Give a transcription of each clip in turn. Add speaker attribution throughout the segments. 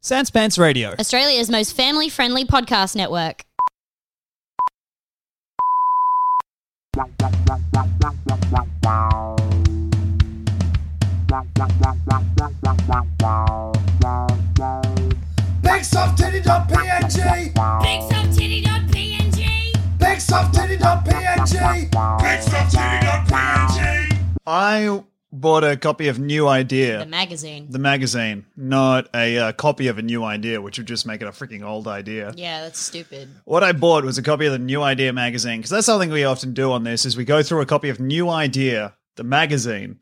Speaker 1: Sans Pants Radio.
Speaker 2: Australia's most family friendly podcast network.
Speaker 3: BigSoftTitty.png
Speaker 2: BigSoftTitty.png.
Speaker 3: BigSoftTitty.png BigSoftTitty.png
Speaker 1: I bought a copy of New Idea,
Speaker 2: The magazine.
Speaker 1: the magazine, not a uh, copy of a New Idea, which would just make it a freaking old idea.
Speaker 2: Yeah, that's stupid.
Speaker 1: What I bought was a copy of the New Idea magazine because that's something we often do on this: is we go through a copy of New Idea, the magazine,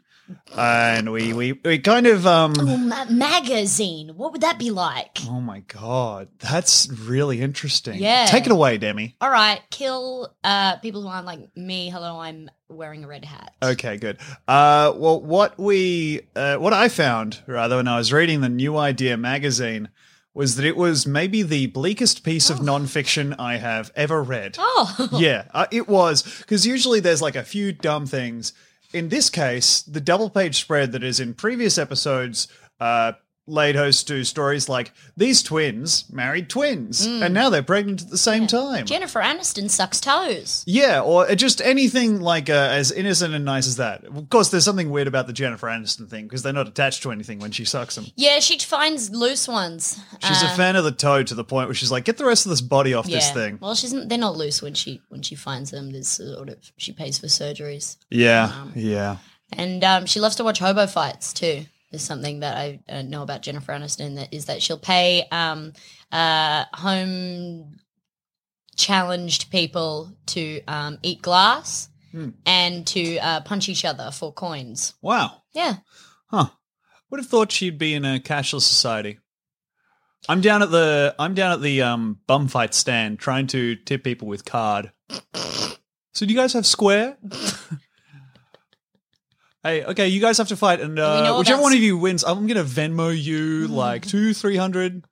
Speaker 1: and we we we kind of um.
Speaker 2: Oh, ma- magazine. What would that be like?
Speaker 1: Oh my god, that's really interesting.
Speaker 2: Yeah.
Speaker 1: take it away, Demi.
Speaker 2: All right, kill uh, people who aren't like me. Hello, I'm wearing a red hat.
Speaker 1: Okay, good. Uh, well, what we uh, what I found rather when I was reading the New Idea magazine was that it was maybe the bleakest piece of nonfiction I have ever read.
Speaker 2: Oh,
Speaker 1: yeah, uh, it was because usually there's like a few dumb things. In this case, the double page spread that is in previous episodes uh, laid host to stories like these twins married twins and now they're pregnant at the same time.
Speaker 2: Jennifer Aniston sucks toes.
Speaker 1: yeah, or just anything like uh, as innocent and nice as that. Of course, there's something weird about the Jennifer Aniston thing because they're not attached to anything when she sucks them.
Speaker 2: Yeah, she finds loose ones.
Speaker 1: She's a fan of the toad to the point where she's like, get the rest of this body off this thing.
Speaker 2: Well, she's they're not loose when she when she finds them. There's sort of she pays for surgeries,
Speaker 1: Yeah, yeah.
Speaker 2: and um, she loves to watch hobo fights too. There's something that I uh, know about Jennifer Aniston that is that she'll pay um, uh, home challenged people to um, eat glass
Speaker 1: Hmm.
Speaker 2: and to uh, punch each other for coins.
Speaker 1: Wow.
Speaker 2: Yeah,
Speaker 1: Huh. Would have thought she'd be in a cashless society. I'm down at the I'm down at the um bum fight stand trying to tip people with card. so do you guys have square? hey, okay, you guys have to fight and
Speaker 2: we
Speaker 1: uh,
Speaker 2: know
Speaker 1: whichever
Speaker 2: about-
Speaker 1: one of you wins, I'm gonna Venmo you like two, three hundred.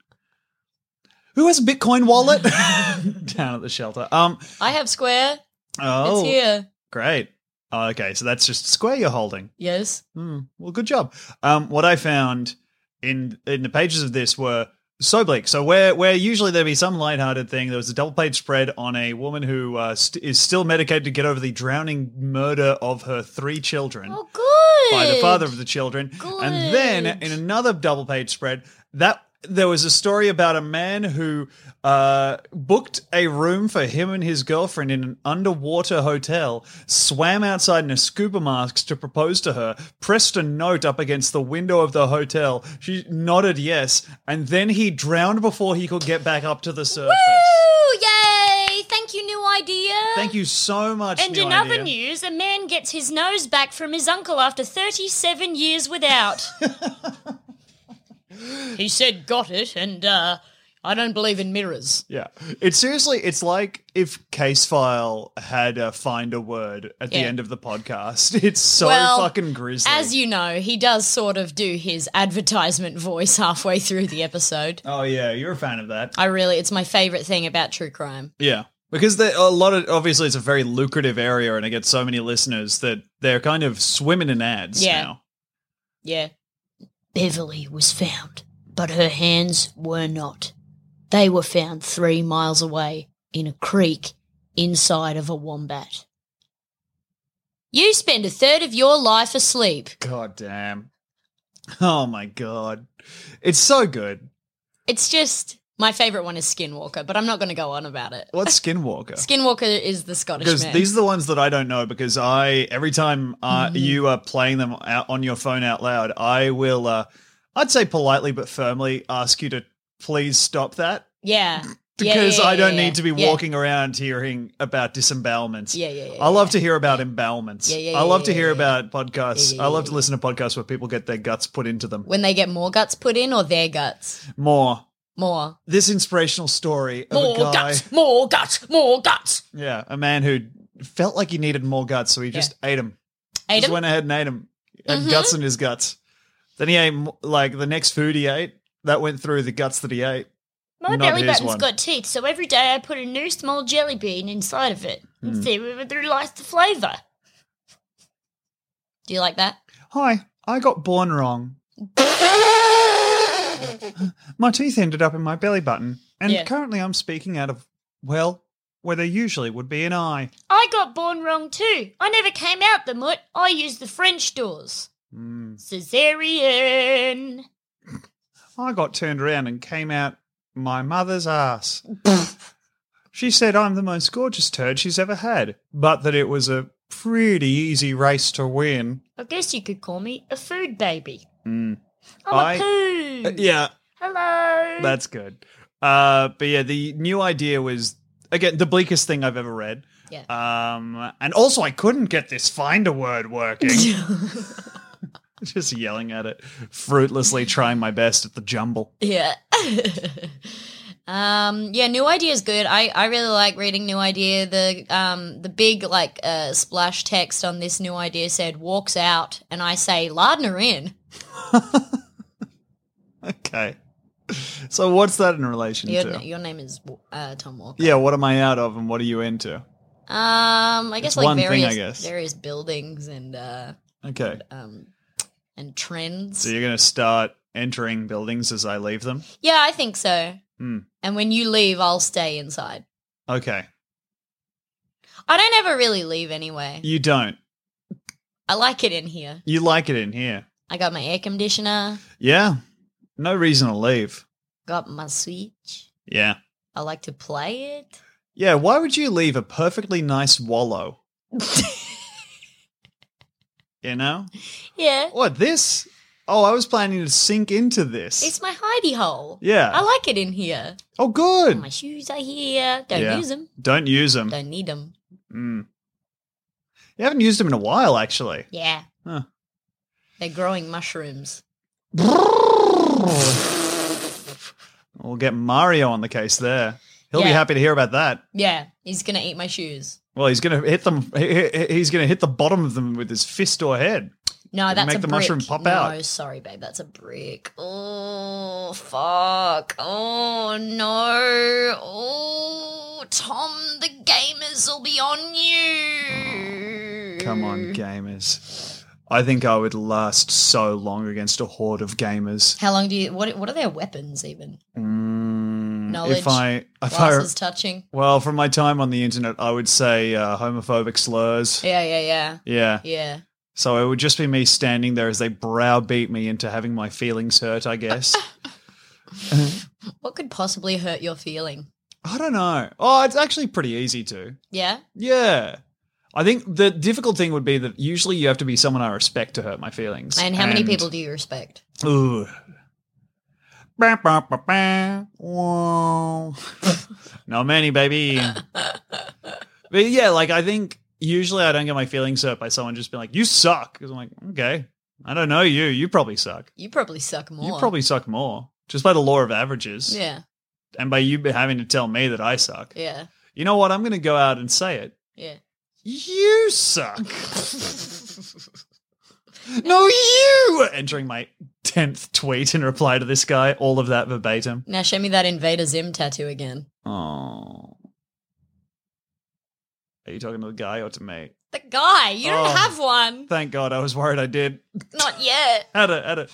Speaker 1: Who has a Bitcoin wallet? down at the shelter. Um
Speaker 2: I have Square.
Speaker 1: oh
Speaker 2: It's here.
Speaker 1: great. Oh, okay, so that's just square you're holding.
Speaker 2: Yes.
Speaker 1: Hmm. well, good job. Um, what I found in in the pages of this were so bleak. So where where usually there'd be some lighthearted thing, there was a double page spread on a woman who uh, st- is still medicated to get over the drowning murder of her three children
Speaker 2: Oh, good.
Speaker 1: by the father of the children. And then
Speaker 2: Good.
Speaker 1: in another double page spread, that there was a story about a man who uh, booked a room for him and his girlfriend in an underwater hotel, swam outside in a scuba mask to propose to her, pressed a note up against the window of the hotel. She nodded yes, and then he drowned before he could get back up to the surface.
Speaker 2: Woo! Yay! Thank you, new idea.
Speaker 1: Thank you so much.
Speaker 2: And
Speaker 1: New
Speaker 2: in
Speaker 1: Idea.
Speaker 2: other news, a man gets his nose back from his uncle after 37 years without. he said, got it, and uh, I don't believe in mirrors.
Speaker 1: Yeah, it's seriously. It's like if Case File had a find a word at the
Speaker 2: Yeah.
Speaker 1: end of the podcast. It's so
Speaker 2: Well,
Speaker 1: fucking grisly.
Speaker 2: As you know, he does sort of do his advertisement voice halfway through the episode.
Speaker 1: oh yeah, you're a fan of that.
Speaker 2: I really, it's my favorite thing about true crime.
Speaker 1: yeah, because there, a lot of obviously it's a very lucrative area, and I get so many listeners that they're kind of swimming in ads
Speaker 2: Yeah.
Speaker 1: now.
Speaker 2: Yeah. Beverly was found, but her hands were not. They were found three miles away in a creek inside of a wombat. You spend a third of your life asleep.
Speaker 1: God damn. Oh my god, it's so good.
Speaker 2: It's just my favorite one is Skinwalker, but I'm not going to go on about it.
Speaker 1: What's Skinwalker?
Speaker 2: Skinwalker is the Scottish
Speaker 1: because
Speaker 2: man.
Speaker 1: these are the ones that I don't know. Because I every time uh,
Speaker 2: Mm-hmm.
Speaker 1: you are playing them out on your phone out loud, I will, uh, I'd say politely but firmly ask you to please stop that
Speaker 2: yeah. Yeah, yeah,
Speaker 1: because
Speaker 2: yeah,
Speaker 1: I don't
Speaker 2: yeah,
Speaker 1: need to be
Speaker 2: yeah.
Speaker 1: walking around hearing about disembowelments.
Speaker 2: Yeah, yeah, yeah,
Speaker 1: I love to hear about embowelments.
Speaker 2: Yeah, yeah,
Speaker 1: I
Speaker 2: yeah,
Speaker 1: love to
Speaker 2: yeah,
Speaker 1: hear
Speaker 2: yeah.
Speaker 1: about podcasts.
Speaker 2: Yeah, yeah,
Speaker 1: I
Speaker 2: yeah,
Speaker 1: love
Speaker 2: yeah,
Speaker 1: to listen to podcasts where people get their guts put into them
Speaker 2: When they get more guts put in or their guts?
Speaker 1: more.
Speaker 2: More.
Speaker 1: This inspirational story of
Speaker 2: More
Speaker 1: a guy.
Speaker 2: guts, more guts, more guts.
Speaker 1: Yeah, a man who felt like he needed more guts, so he just ate them.
Speaker 2: Ate
Speaker 1: Just
Speaker 2: 'em?
Speaker 1: went ahead and ate them. Had guts in his guts. Then he ate mo- like the next food he ate that went through the guts that he ate.
Speaker 3: My
Speaker 1: Not
Speaker 3: belly
Speaker 1: his
Speaker 3: button's
Speaker 1: one.
Speaker 3: got teeth, so every day I put a new small jelly bean inside of it
Speaker 1: Hmm.
Speaker 3: and see whether it likes the flavour.
Speaker 2: Do you like that?
Speaker 1: Hi, I got born wrong. my teeth ended up in my belly button, and
Speaker 2: Yeah.
Speaker 1: currently I'm speaking out of well, where there usually would be an eye.
Speaker 3: I got born wrong too. I never came out the mutt. I used the French doors.
Speaker 1: Hmm.
Speaker 3: Caesarean.
Speaker 1: I got turned around and came out my mother's ass. she said I'm the most gorgeous turd she's ever had, but that it was a pretty easy race to win.
Speaker 3: I guess you could call me a food baby. I'm
Speaker 1: Hmm. I- Uh,
Speaker 3: a poo.
Speaker 2: Mm.
Speaker 1: Yeah,
Speaker 3: Hello.
Speaker 1: that's good. Uh, but yeah, the new idea was again the bleakest thing I've ever read.
Speaker 2: Yeah.
Speaker 1: Um, and also I couldn't get this finder word working. Just yelling at it, fruitlessly trying my best at the jumble.
Speaker 2: Yeah. um yeah, new idea is good. I I really like reading new idea. The um the big like uh splash text on this new idea said walks out and I say Lardner in.
Speaker 1: Okay. So what's that in relation
Speaker 2: Your,
Speaker 1: to?
Speaker 2: your name is uh Tom Walker.
Speaker 1: Yeah, what am I out of and what are you into?
Speaker 2: Um I guess
Speaker 1: It's
Speaker 2: like
Speaker 1: one thing, I
Speaker 2: various
Speaker 1: guess.
Speaker 2: various buildings and uh
Speaker 1: Okay.
Speaker 2: um and trends.
Speaker 1: So you're going to start entering buildings as I leave them?
Speaker 2: Yeah, I think so.
Speaker 1: Hmm.
Speaker 2: And when you leave, I'll stay inside.
Speaker 1: Okay.
Speaker 2: I don't ever really leave anyway.
Speaker 1: You don't.
Speaker 2: I like it in here.
Speaker 1: You like it in here.
Speaker 2: I got my air conditioner,
Speaker 1: Yeah. No reason to leave.
Speaker 2: got my switch.
Speaker 1: Yeah.
Speaker 2: I like to play it.
Speaker 1: Yeah, why would you leave a perfectly nice wallow? you know?
Speaker 3: yeah.
Speaker 1: What, this? Oh, I was planning to sink into this.
Speaker 2: It's my hidey hole.
Speaker 1: Yeah.
Speaker 2: I like it in here.
Speaker 1: oh, good.
Speaker 3: My shoes are here.
Speaker 2: Don't
Speaker 1: Yeah.
Speaker 2: use them.
Speaker 1: Don't use them.
Speaker 2: Don't need them.
Speaker 1: Mm. You haven't used them in a while, actually.
Speaker 3: Yeah.
Speaker 2: They're growing mushrooms.
Speaker 1: We'll get Mario on the case there. He'll be
Speaker 2: Yeah.
Speaker 1: happy to hear about that.
Speaker 2: Yeah, he's gonna eat my shoes.
Speaker 1: Well, he's gonna hit them. he- he- He's gonna hit the bottom of them with his fist or head.
Speaker 2: No, that's
Speaker 1: make
Speaker 2: a
Speaker 1: the
Speaker 2: brick.
Speaker 1: mushroom pop
Speaker 2: no,
Speaker 1: out.
Speaker 2: sorry, babe, that's a brick. Oh fuck! Oh no! Oh Tom, the gamers will be on you.
Speaker 1: Come
Speaker 2: Mm.
Speaker 1: on, gamers! I think I would last so long against a horde of gamers.
Speaker 2: How long do you? What? What are their weapons even?
Speaker 1: Mm,
Speaker 2: Knowledge,
Speaker 1: if I, if I,
Speaker 2: Glasses touching.
Speaker 1: well, from my time on the internet, I would say uh, homophobic slurs.
Speaker 2: Yeah, yeah, yeah,
Speaker 1: Yeah.
Speaker 2: yeah.
Speaker 1: So it would just be me standing there as they browbeat me into having my feelings hurt. I guess.
Speaker 2: What could possibly hurt your feeling?
Speaker 1: I don't know. Oh, it's actually pretty easy to.
Speaker 2: Yeah.
Speaker 1: Yeah. I think the difficult thing would be that usually you have to be someone I respect to hurt my feelings.
Speaker 2: And how many people do you respect?
Speaker 1: you. Ooh. Bah, bah, bah, bah. Whoa. Not many, baby. but yeah, like I think usually I don't get my feelings hurt by someone just being like, you suck. Because I'm like, okay, I don't know you. You probably suck.
Speaker 2: You probably suck more.
Speaker 1: You probably suck more. Just by the law of averages.
Speaker 2: Yeah,
Speaker 1: And by you having to tell me that I suck.
Speaker 2: yeah,
Speaker 1: You know what? I'm going to go out and say it.
Speaker 2: yeah.
Speaker 1: You suck. no, you! Entering my 10th tweet in reply to this guy, all of that verbatim.
Speaker 2: Now show me that Invader Zim tattoo again.
Speaker 1: Oh. Are you talking to the guy or to me?
Speaker 2: The guy. You don't
Speaker 1: Oh.
Speaker 2: have one.
Speaker 1: Thank God, I was worried I did.
Speaker 3: Not yet.
Speaker 1: Had a had a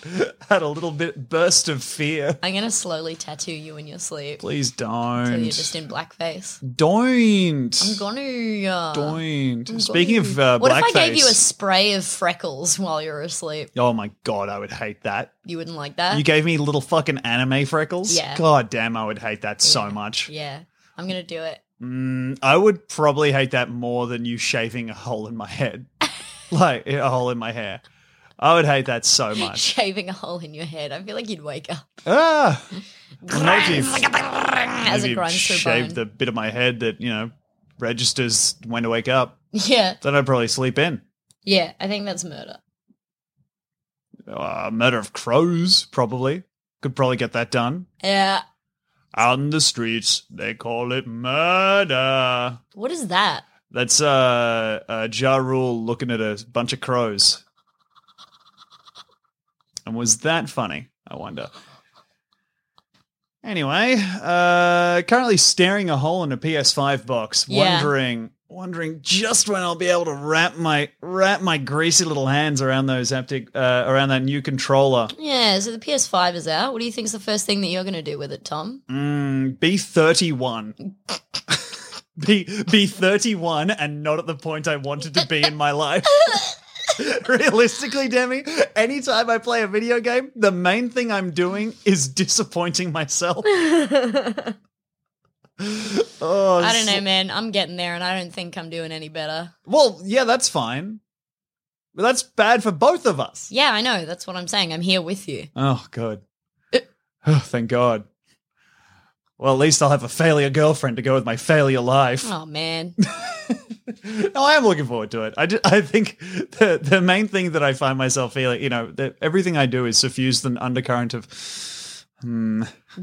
Speaker 1: had a little bit burst of fear.
Speaker 2: I'm gonna slowly tattoo you in your sleep.
Speaker 1: Please
Speaker 2: So
Speaker 1: don't.
Speaker 2: you're just in blackface.
Speaker 1: don't.
Speaker 2: I'm gonna.
Speaker 1: don't. Speaking of uh,
Speaker 2: what
Speaker 1: blackface.
Speaker 2: if I gave you a spray of freckles while you're asleep?
Speaker 1: Oh my god, I would hate that.
Speaker 2: You wouldn't like that.
Speaker 1: You gave me little fucking anime freckles.
Speaker 2: Uh, Yeah.
Speaker 1: God damn, I would hate that so much.
Speaker 2: yeah, I'm gonna do it.
Speaker 1: Mm, I would probably hate that more than you shaving a hole in my head, like a hole in my hair. I would hate that so much.
Speaker 2: Shaving a hole in your head. I feel like you'd wake up
Speaker 1: Ah, maybe
Speaker 2: as it
Speaker 1: maybe
Speaker 2: grinds through
Speaker 1: shave
Speaker 2: bone.
Speaker 1: the bit of my head that you know registers when to wake up.
Speaker 2: yeah,
Speaker 1: Then I'd probably sleep in.
Speaker 2: yeah. I think that's murder.
Speaker 1: Uh, murder of crows, probably. Could probably get that done.
Speaker 2: Yeah.
Speaker 1: On the streets, they call it murder.
Speaker 2: What is that?
Speaker 1: That's uh, uh Ja Rule looking at a bunch of crows. And was that funny? I wonder. Anyway, uh currently staring a hole in a PS5 box,
Speaker 2: Yeah.
Speaker 1: wondering wondering just when I'll be able to wrap my wrap my greasy little hands around those haptic uh, around that new controller.
Speaker 2: Yeah. So the PS5 is out. What do you think's the first thing that you're gonna do with it, Tom?
Speaker 1: Mm, B thirty one. B B thirty one, and not at the point I wanted to be in my life. Realistically, Demi, anytime I play a video game, the main thing I'm doing is disappointing myself. oh,
Speaker 2: I don't know, man. I'm getting there, and I don't think I'm doing any better.
Speaker 1: Well, yeah, that's fine. But that's bad for both of us.
Speaker 2: Yeah, I know. That's what I'm saying. I'm here with you.
Speaker 1: Oh, good.
Speaker 2: Uh.
Speaker 1: Oh, thank God. Well, at least I'll have a failure girlfriend to go with my failure life.
Speaker 2: Oh man.
Speaker 1: no, Oh, I am looking forward to it. I, ju- I think the the main thing that I find myself feeling, you know, that everything I do is suffused with an undercurrent of, hmm,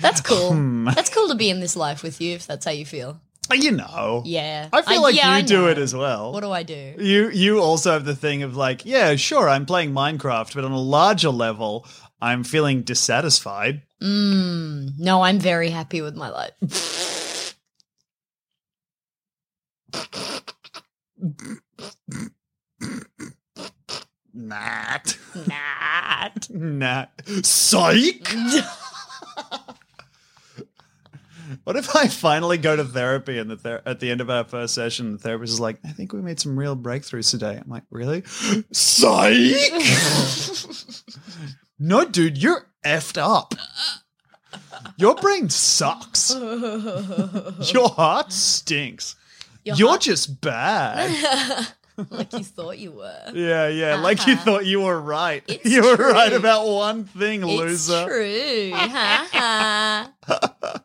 Speaker 2: That's cool. That's cool to be in this life with you if that's how you feel.
Speaker 1: you know.
Speaker 2: Yeah.
Speaker 1: I feel like
Speaker 2: yeah,
Speaker 1: you
Speaker 2: I
Speaker 1: do
Speaker 2: know.
Speaker 1: it as well.
Speaker 2: What do I do?
Speaker 1: you you also have the thing of like, yeah, sure, I'm playing Minecraft, but on a larger level, I'm feeling dissatisfied.
Speaker 2: Mm, no, I'm very happy with my life.
Speaker 1: Nah,
Speaker 2: Nah.
Speaker 1: nah, psych. What if I finally go to therapy and the ther- at the end of our first session, the therapist is like, I think we made some real breakthroughs today. I'm like, really? Psych! no, dude, you're effed up. Your brain sucks. Your heart stinks.
Speaker 2: Your
Speaker 1: you're
Speaker 2: heart-
Speaker 1: just bad.
Speaker 2: like you thought you were.
Speaker 1: yeah, yeah. Like you thought you were right.
Speaker 2: Uh-huh. It's
Speaker 1: you were
Speaker 2: true.
Speaker 1: right about one thing, loser.
Speaker 2: It's true. Ha, ha.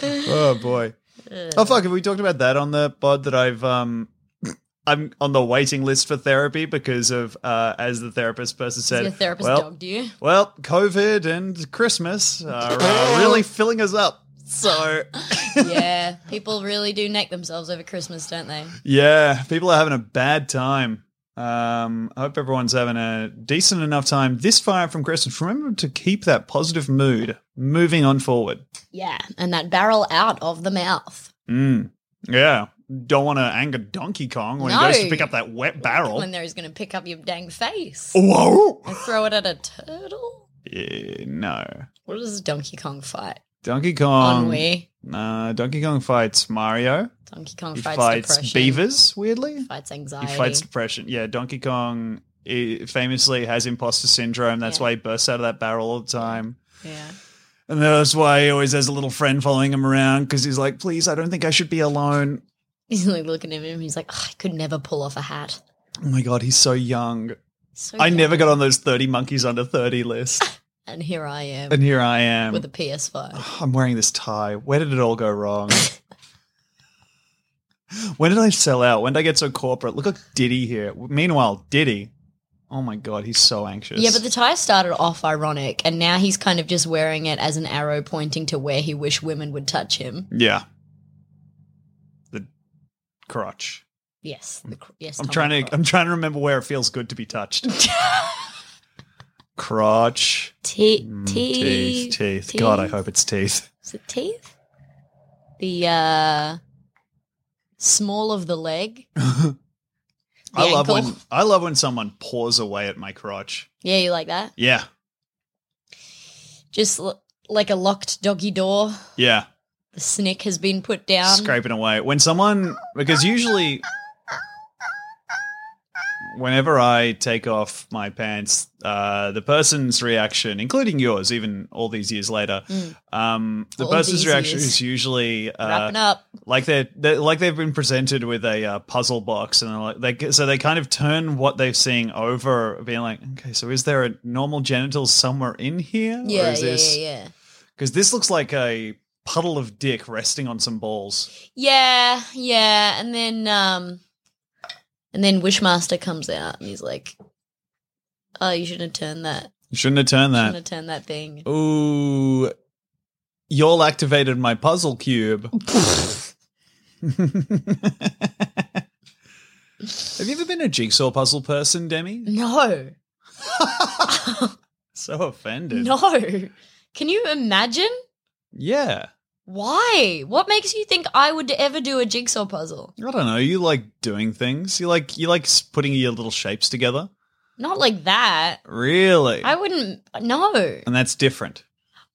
Speaker 1: Oh boy. Oh fuck, have we talked about that on the pod that I've um I'm on the waiting list for therapy because of uh as the therapist person said
Speaker 2: Your therapist
Speaker 1: well,
Speaker 2: dogged you.
Speaker 1: well, COVID and Christmas are uh, really filling us up. So
Speaker 2: yeah. People really do neck themselves over Christmas, don't they?
Speaker 1: yeah, people are having a bad time. Um, I hope everyone's having a decent enough time this far from Christmas. Remember to keep that positive mood moving on forward.
Speaker 2: Yeah. And that barrel out of the mouth.
Speaker 1: Mm. Yeah. Don't want to anger Donkey Kong when
Speaker 2: No.
Speaker 1: he goes to pick up that wet barrel.
Speaker 2: When there is going to pick up your dang face.
Speaker 1: Oh. Whoa!
Speaker 2: And throw it at a turtle?
Speaker 1: Yeah, no.
Speaker 2: What does Donkey Kong fight?
Speaker 1: Donkey Kong.
Speaker 2: Ennui.
Speaker 1: Nah, Donkey Kong fights Mario.
Speaker 2: Donkey Kong
Speaker 1: He
Speaker 2: fights,
Speaker 1: fights
Speaker 2: depression.
Speaker 1: beavers, weirdly.
Speaker 2: Fights
Speaker 1: He
Speaker 2: anxiety.
Speaker 1: fights depression. Yeah, Donkey Kong eh, famously has imposter syndrome. That's
Speaker 2: Yeah.
Speaker 1: why he bursts out of that barrel all the time.
Speaker 2: Yeah.
Speaker 1: And that's why he always has a little friend following him around because he's like, please, I don't think I should be alone.
Speaker 2: He's like looking at him. He's like, "Ugh, I could never pull off a hat.
Speaker 1: Oh my God, he's so young.
Speaker 2: So
Speaker 1: I
Speaker 2: young.
Speaker 1: never got on those 30 monkeys under 30 list.
Speaker 2: And here I am
Speaker 1: and here I am.
Speaker 2: with a PS5.
Speaker 1: I'm wearing this tie. Where did it all go wrong? when did I sell out? When did I get so corporate? Look at Diddy here. Meanwhile, Diddy. Oh my god, he's so anxious.
Speaker 2: Yeah, but the tie started off ironic, and now he's kind of just wearing it as an arrow pointing to where he wish women would touch him.
Speaker 1: yeah, the crotch.
Speaker 2: Yes, the cr- yes.
Speaker 1: I'm
Speaker 2: Tom,
Speaker 1: trying
Speaker 2: the
Speaker 1: to. I'm trying to remember where it feels good to be touched. crotch.
Speaker 2: Te-
Speaker 1: Mm,
Speaker 2: teeth,
Speaker 1: teeth. Teeth. God, I hope it's teeth.
Speaker 2: Is it teeth? The uh, small of the leg.
Speaker 1: I
Speaker 2: The
Speaker 1: love when
Speaker 2: ankle.
Speaker 1: I love when someone paws away at my crotch.
Speaker 2: Yeah, you like that?
Speaker 1: Yeah,
Speaker 2: Just l- like a locked doggy door.
Speaker 1: yeah,
Speaker 2: The snick has been put down.
Speaker 1: scraping away. When someone because usually whenever I take off my pants, uh, the person's reaction, including yours, even all these years later, um, the
Speaker 2: Hmm. All
Speaker 1: person's
Speaker 2: these
Speaker 1: reaction
Speaker 2: years.
Speaker 1: is usually uh,
Speaker 2: Wrapping up.
Speaker 1: like they're, they're like they've been presented with a uh, puzzle box and they're like they get- so they kind of turn what they're seeing over being like okay so is there a normal genital somewhere in here
Speaker 2: Yeah,
Speaker 1: is
Speaker 2: yeah, yeah, yeah.
Speaker 1: because this looks like a puddle of dick resting on some balls
Speaker 2: Yeah, yeah, and then um and then Wishmaster comes out and he's like Oh, you shouldn't have turned that.
Speaker 1: you shouldn't have turned
Speaker 2: You shouldn't
Speaker 1: that
Speaker 2: have turned that thing.
Speaker 1: ooh y'all activated my puzzle cube have you ever been a jigsaw puzzle person demi
Speaker 2: No.
Speaker 1: so offended
Speaker 2: No. Can you imagine?
Speaker 1: yeah
Speaker 2: Why? What makes you think I would ever do a jigsaw puzzle?
Speaker 1: I don't know. You like doing things. You like you like s- putting your little shapes together.
Speaker 2: Not like that.
Speaker 1: Really,
Speaker 2: I wouldn't no.
Speaker 1: and that's different.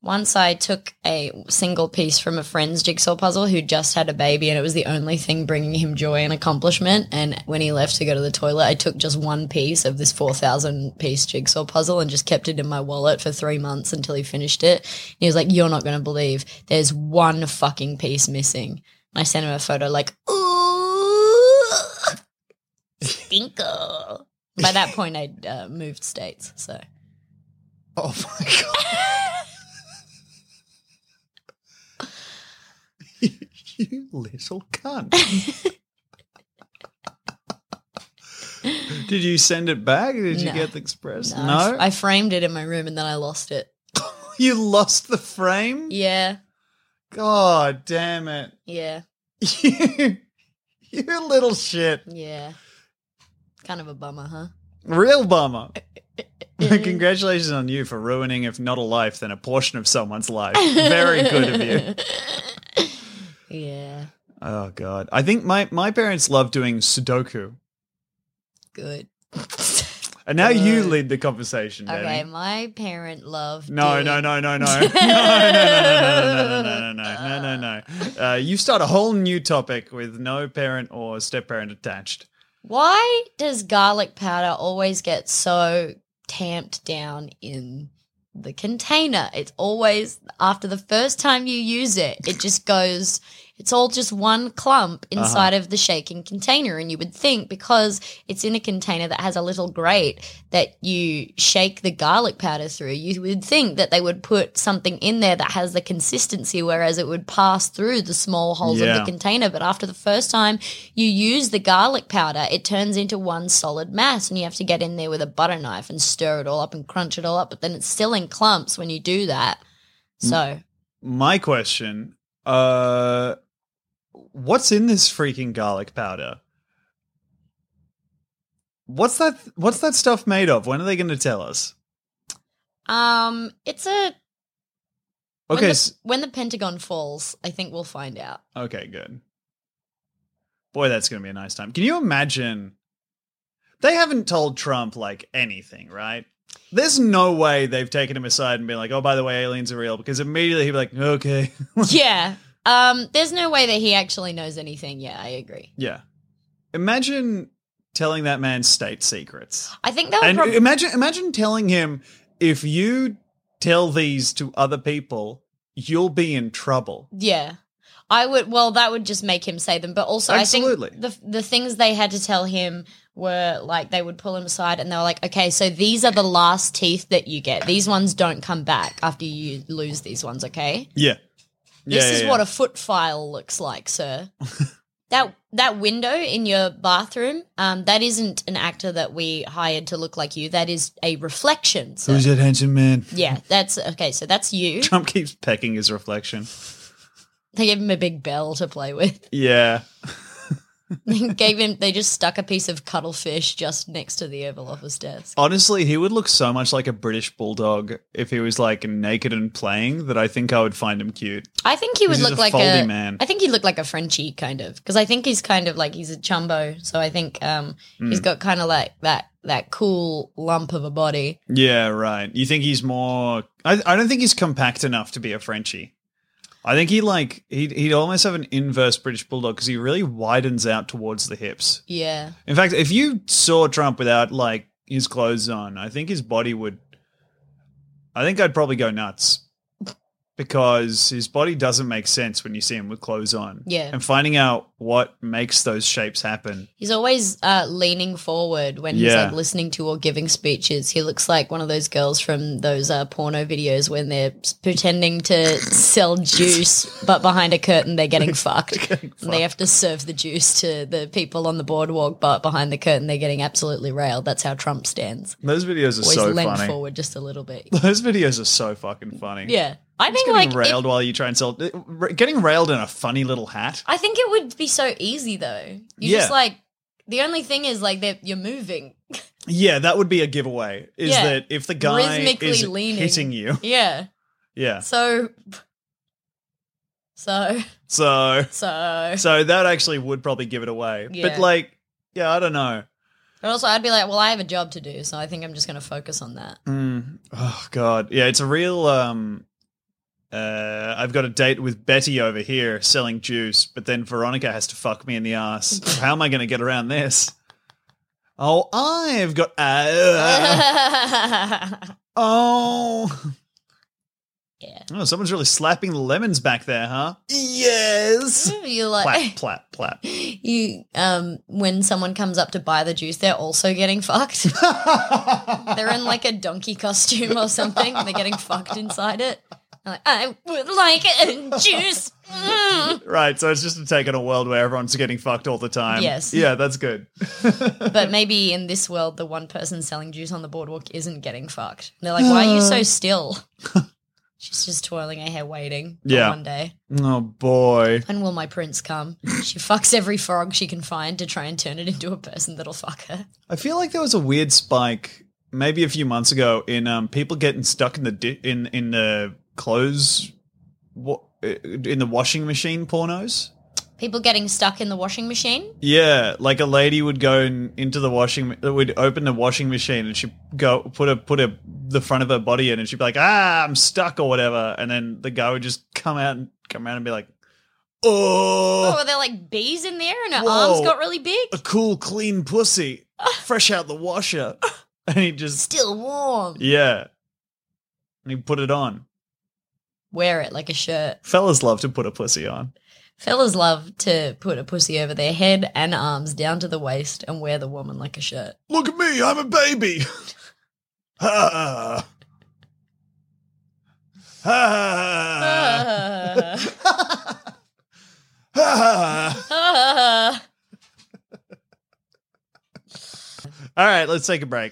Speaker 2: Once I took a single piece from a friend's jigsaw puzzle who just had a baby, and it was the only thing bringing him joy and accomplishment. And when he left to go to the toilet, I took just one piece of this 4,000 piece jigsaw puzzle and just kept it in my wallet for three months until he finished it. And he was like, You're not going to believe there's one fucking piece missing. And I sent him a photo, like, Ooh, stinker. By that point, I'd uh, moved states. So.
Speaker 1: Oh my god! you little cunt! Did you send it back? Did you
Speaker 2: No.
Speaker 1: get the express? No,
Speaker 2: I f- I framed it in my room and then I lost it.
Speaker 1: you lost the frame.
Speaker 2: Yeah,
Speaker 1: God damn it!
Speaker 2: yeah,
Speaker 1: You, you little shit!
Speaker 2: yeah. Kind of a bummer, huh?
Speaker 1: Real bummer. Congratulations on you for ruining, if not a life, then a portion of someone's life. Very good of you.
Speaker 2: Yeah,
Speaker 1: Oh god, I think my my parents love doing Sudoku,
Speaker 2: good.
Speaker 1: and now you lead the conversation.
Speaker 2: Oh. okay,
Speaker 1: Danny.
Speaker 2: my parent loved.
Speaker 1: No,
Speaker 2: it.
Speaker 1: no, no, no, no, no, no, no, no, no, no, no, no, no, no, no, no. Uh, you start a whole new topic with no parent or step parent attached.
Speaker 2: Why does garlic powder always get so tamped down in the container? It's always after the first time you use it, it just goes. It's all just one clump inside of the shaking container. And you would think because it's in a container that has a little grate that you shake the garlic powder through, you would think that they would put something in there that has the consistency, whereas it would pass through the small holes of
Speaker 1: Yeah.
Speaker 2: the container. But after the first time you use the garlic powder, it turns into one solid mass, and you have to get in there with a butter knife and stir it all up and crunch it all up. But then it's still in clumps when you do that.
Speaker 1: Mm.
Speaker 2: So
Speaker 1: My question: uh, What's in this freaking garlic powder? What's that? What's that stuff made of? When are they going to tell us?
Speaker 2: Um, it's a when
Speaker 1: Okay,
Speaker 2: the-
Speaker 1: s-
Speaker 2: when the Pentagon falls, I think we'll find out.
Speaker 1: okay, good. Boy, that's going to be a nice time. Can you imagine? They haven't told Trump like anything, right? There's no way they've taken him aside and been like, "Oh, by the way, aliens are real," because immediately he'd be like, "Okay,
Speaker 2: yeah. Um, there's no way that he actually knows anything. Yeah, I agree.
Speaker 1: yeah." Imagine telling that man state secrets.
Speaker 2: I think that would
Speaker 1: and
Speaker 2: probably
Speaker 1: imagine imagine telling him if you tell these to other people you'll be in trouble
Speaker 2: Yeah. I would well that would just make him say them but also
Speaker 1: Absolutely.
Speaker 2: I think the the things they had to tell him were like they would pull him aside and they were like okay so these are the last teeth that you get these ones don't come back after you lose these ones okay
Speaker 1: yeah
Speaker 2: This is what a foot file looks like, sir. that that window in your bathroom, um, that isn't an actor that we hired to look like you. That is a reflection, sir.
Speaker 1: who's that handsome man
Speaker 2: yeah, that's okay. So that's you.
Speaker 1: trump keeps pecking his reflection
Speaker 2: They gave him a big bell to play with.
Speaker 1: yeah
Speaker 2: Gave him. They just stuck a piece of cuttlefish just next to the Oval Office desk.
Speaker 1: Honestly, he would look so much like a British bulldog if he was like naked and playing that I think I would find him cute.
Speaker 2: I think he would
Speaker 1: He's just
Speaker 2: look
Speaker 1: a
Speaker 2: like
Speaker 1: foldy
Speaker 2: a.
Speaker 1: man.
Speaker 2: I think he looked like a Frenchie kind of because I think he's kind of like he's a chumbo. So I think um he's
Speaker 1: Hmm.
Speaker 2: got kind of like that that cool lump of a body.
Speaker 1: Yeah, right. You think he's more? I, I don't think he's compact enough to be a Frenchie. I think he like he'd, he'd almost have an inverse British bulldog because he really widens out towards the hips.
Speaker 2: Yeah.
Speaker 1: In fact, if you saw Trump without like his clothes on, I think his body would. I think I'd probably go nuts because his body doesn't make sense when you see him with clothes on.
Speaker 2: Yeah.
Speaker 1: and finding out what makes those shapes happen.
Speaker 2: He's always uh, leaning forward when he's
Speaker 1: Yeah.
Speaker 2: like listening to or giving speeches. He looks like one of those girls from those uh, porno videos when they're s- pretending to sell juice, but behind a curtain they're getting fucked. And they have to serve the juice to the people on the boardwalk, but behind the curtain they're getting absolutely railed. That's how Trump stands.
Speaker 1: Those videos are
Speaker 2: Always
Speaker 1: so
Speaker 2: leant
Speaker 1: funny.
Speaker 2: forward just a little bit.
Speaker 1: Those videos are so fucking funny.
Speaker 2: Yeah. I think
Speaker 1: getting
Speaker 2: like if-
Speaker 1: railed while you try and sell uh, getting railed in a funny little hat
Speaker 2: I think it would be so easy though. You
Speaker 1: Yeah.
Speaker 2: just like the only thing is like that you're moving.
Speaker 1: yeah that would be a giveaway is
Speaker 2: Yeah.
Speaker 1: that if the guy
Speaker 2: Rhythmically
Speaker 1: is
Speaker 2: leaning.
Speaker 1: hitting you
Speaker 2: Yeah.
Speaker 1: yeah
Speaker 2: So, so,
Speaker 1: so
Speaker 2: so.
Speaker 1: so that actually would probably give it away
Speaker 2: Yeah.
Speaker 1: but like yeah i don't know
Speaker 2: But also, I'd be like, well, I have a job to do, so I think I'm just going to focus on that.
Speaker 1: Mm. oh god yeah it's a real um uh, I've got a date with Betty over here selling juice, but then Veronica has to fuck me in the ass. How am I going to get around this? Oh, I've got. Uh, Oh.
Speaker 2: Yeah.
Speaker 1: Oh, someone's really slapping the lemons back there, huh? Yes.
Speaker 2: you
Speaker 1: plap,
Speaker 2: like
Speaker 1: plap, plap.
Speaker 2: you um when someone comes up to buy the juice, they're also getting fucked. they're in like a donkey costume or something, and they're getting fucked inside it. They're Like, I would like a juice. Mm.
Speaker 1: Right, so it's just a take on a world where everyone's getting fucked all the time.
Speaker 2: Yes.
Speaker 1: Yeah, that's good.
Speaker 2: But maybe in this world, the one person selling juice on the boardwalk isn't getting fucked. And they're like, why are you so still? She's just twirling her hair, waiting for
Speaker 1: Yeah.
Speaker 2: one day.
Speaker 1: Oh boy.
Speaker 2: When will my prince come? She fucks every frog she can find to try and turn it into a person that'll fuck her.
Speaker 1: I feel like there was a weird spike maybe a few months ago in um people getting stuck in the di- in in the clothes wa- in the washing machine pornos.
Speaker 2: People getting stuck in the washing machine.
Speaker 1: Yeah, like a lady would go in, into the washing, would open the washing machine, and she would go put a put a the front of her body in, and she'd be like, "Ah, I'm stuck" or whatever, and then the guy would just come out and come around and be like,
Speaker 2: Oh,
Speaker 1: "Oh,
Speaker 2: are there like bees in there and her
Speaker 1: Whoa.
Speaker 2: arms got really big?
Speaker 1: a cool clean pussy, fresh out the washer," and he just
Speaker 2: Still warm.
Speaker 1: yeah, and he put it on.
Speaker 2: Wear it like a shirt.
Speaker 1: Fellas love to put a pussy on.
Speaker 2: Fellas love to put a pussy over their head and arms down to the waist and wear the woman like a shirt.
Speaker 1: Look at me, I'm a baby. ah. Ah. Ah.
Speaker 2: okay.
Speaker 1: All right, let's take a break.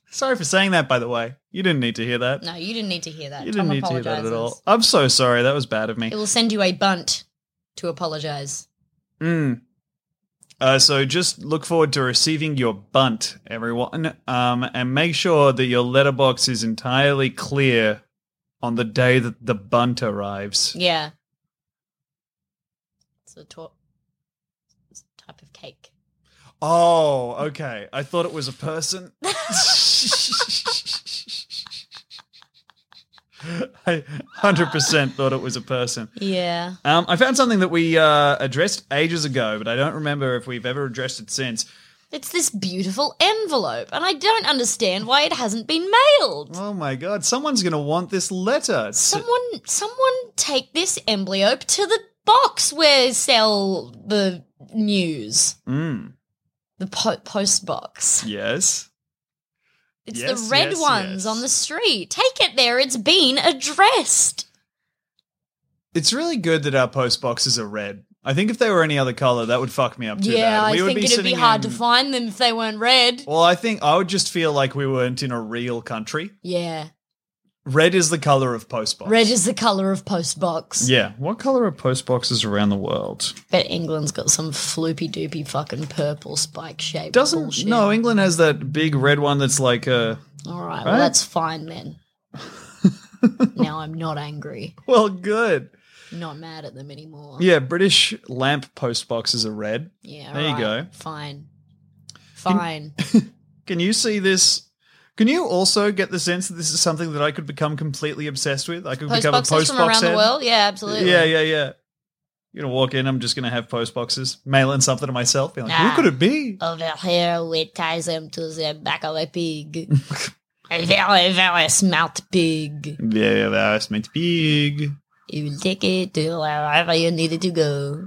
Speaker 1: sorry for saying that, by the way. You didn't need to hear that.
Speaker 2: No, you didn't need to hear that.
Speaker 1: you
Speaker 2: Tom
Speaker 1: didn't need to hear that at all.
Speaker 2: apologizes.
Speaker 1: I'm so sorry. That was bad of me.
Speaker 2: It will send you a bunt to apologize.
Speaker 1: Mm. Uh, so just look forward to receiving your bunt, everyone, um, and make sure that your letterbox is entirely clear on the day that the bunt arrives.
Speaker 2: Yeah. It's a, tor- it's a type of cake.
Speaker 1: Oh, okay. I thought it was a person. I 100% thought it was a person.
Speaker 2: Yeah.
Speaker 1: Um, I found something that we uh, addressed ages ago, but I don't remember if we've ever addressed it since.
Speaker 2: It's this beautiful envelope, and I don't understand why it hasn't been mailed.
Speaker 1: Oh my god, someone's going to want this letter. S-
Speaker 2: Someone, someone, take this envelope to the box where sell the news,
Speaker 1: Mm,
Speaker 2: the po- post box.
Speaker 1: yes.
Speaker 2: It's
Speaker 1: Yes,
Speaker 2: the red
Speaker 1: yes,
Speaker 2: ones
Speaker 1: yes.
Speaker 2: on the street. Take it there. It's been addressed.
Speaker 1: It's really good that our post boxes are red. I think if they were any other color, that would fuck me up too
Speaker 2: yeah,
Speaker 1: bad.
Speaker 2: I
Speaker 1: We would
Speaker 2: think
Speaker 1: be
Speaker 2: it'd be
Speaker 1: sitting
Speaker 2: hard
Speaker 1: in-
Speaker 2: to find them if they weren't red.
Speaker 1: Well, I think I would just feel like we weren't in a real country.
Speaker 2: Yeah,
Speaker 1: Red is the color of post box.
Speaker 2: red is the color of post box.
Speaker 1: Yeah. What color are post boxes around the world?
Speaker 2: Bet England's got some floopy doopy fucking purple spike shape.
Speaker 1: Doesn't
Speaker 2: bullshit.
Speaker 1: no England has that big red one that's like uh, a
Speaker 2: All right,
Speaker 1: Right?
Speaker 2: well that's fine then. now I'm not angry,
Speaker 1: well good.
Speaker 2: not mad at them anymore.
Speaker 1: Yeah, British lamp post boxes are red.
Speaker 2: Yeah,
Speaker 1: There you
Speaker 2: right.
Speaker 1: go.
Speaker 2: Fine, fine.
Speaker 1: Can you see this? Can you also get the sense that this is something that I could become completely obsessed with? I could
Speaker 2: Post
Speaker 1: become a
Speaker 2: boxes
Speaker 1: post
Speaker 2: from around
Speaker 1: box head.
Speaker 2: the world. Yeah, absolutely.
Speaker 1: Yeah, yeah, yeah. You're gonna walk in. I'm just gonna have post boxes, mail in something to myself. Be like,
Speaker 2: Nah.
Speaker 1: who could it be?
Speaker 2: Over here, we tie them to the back of a pig. a very, very smart pig.
Speaker 1: Yeah, that's meant to be big.
Speaker 2: You take it to wherever you needed to go.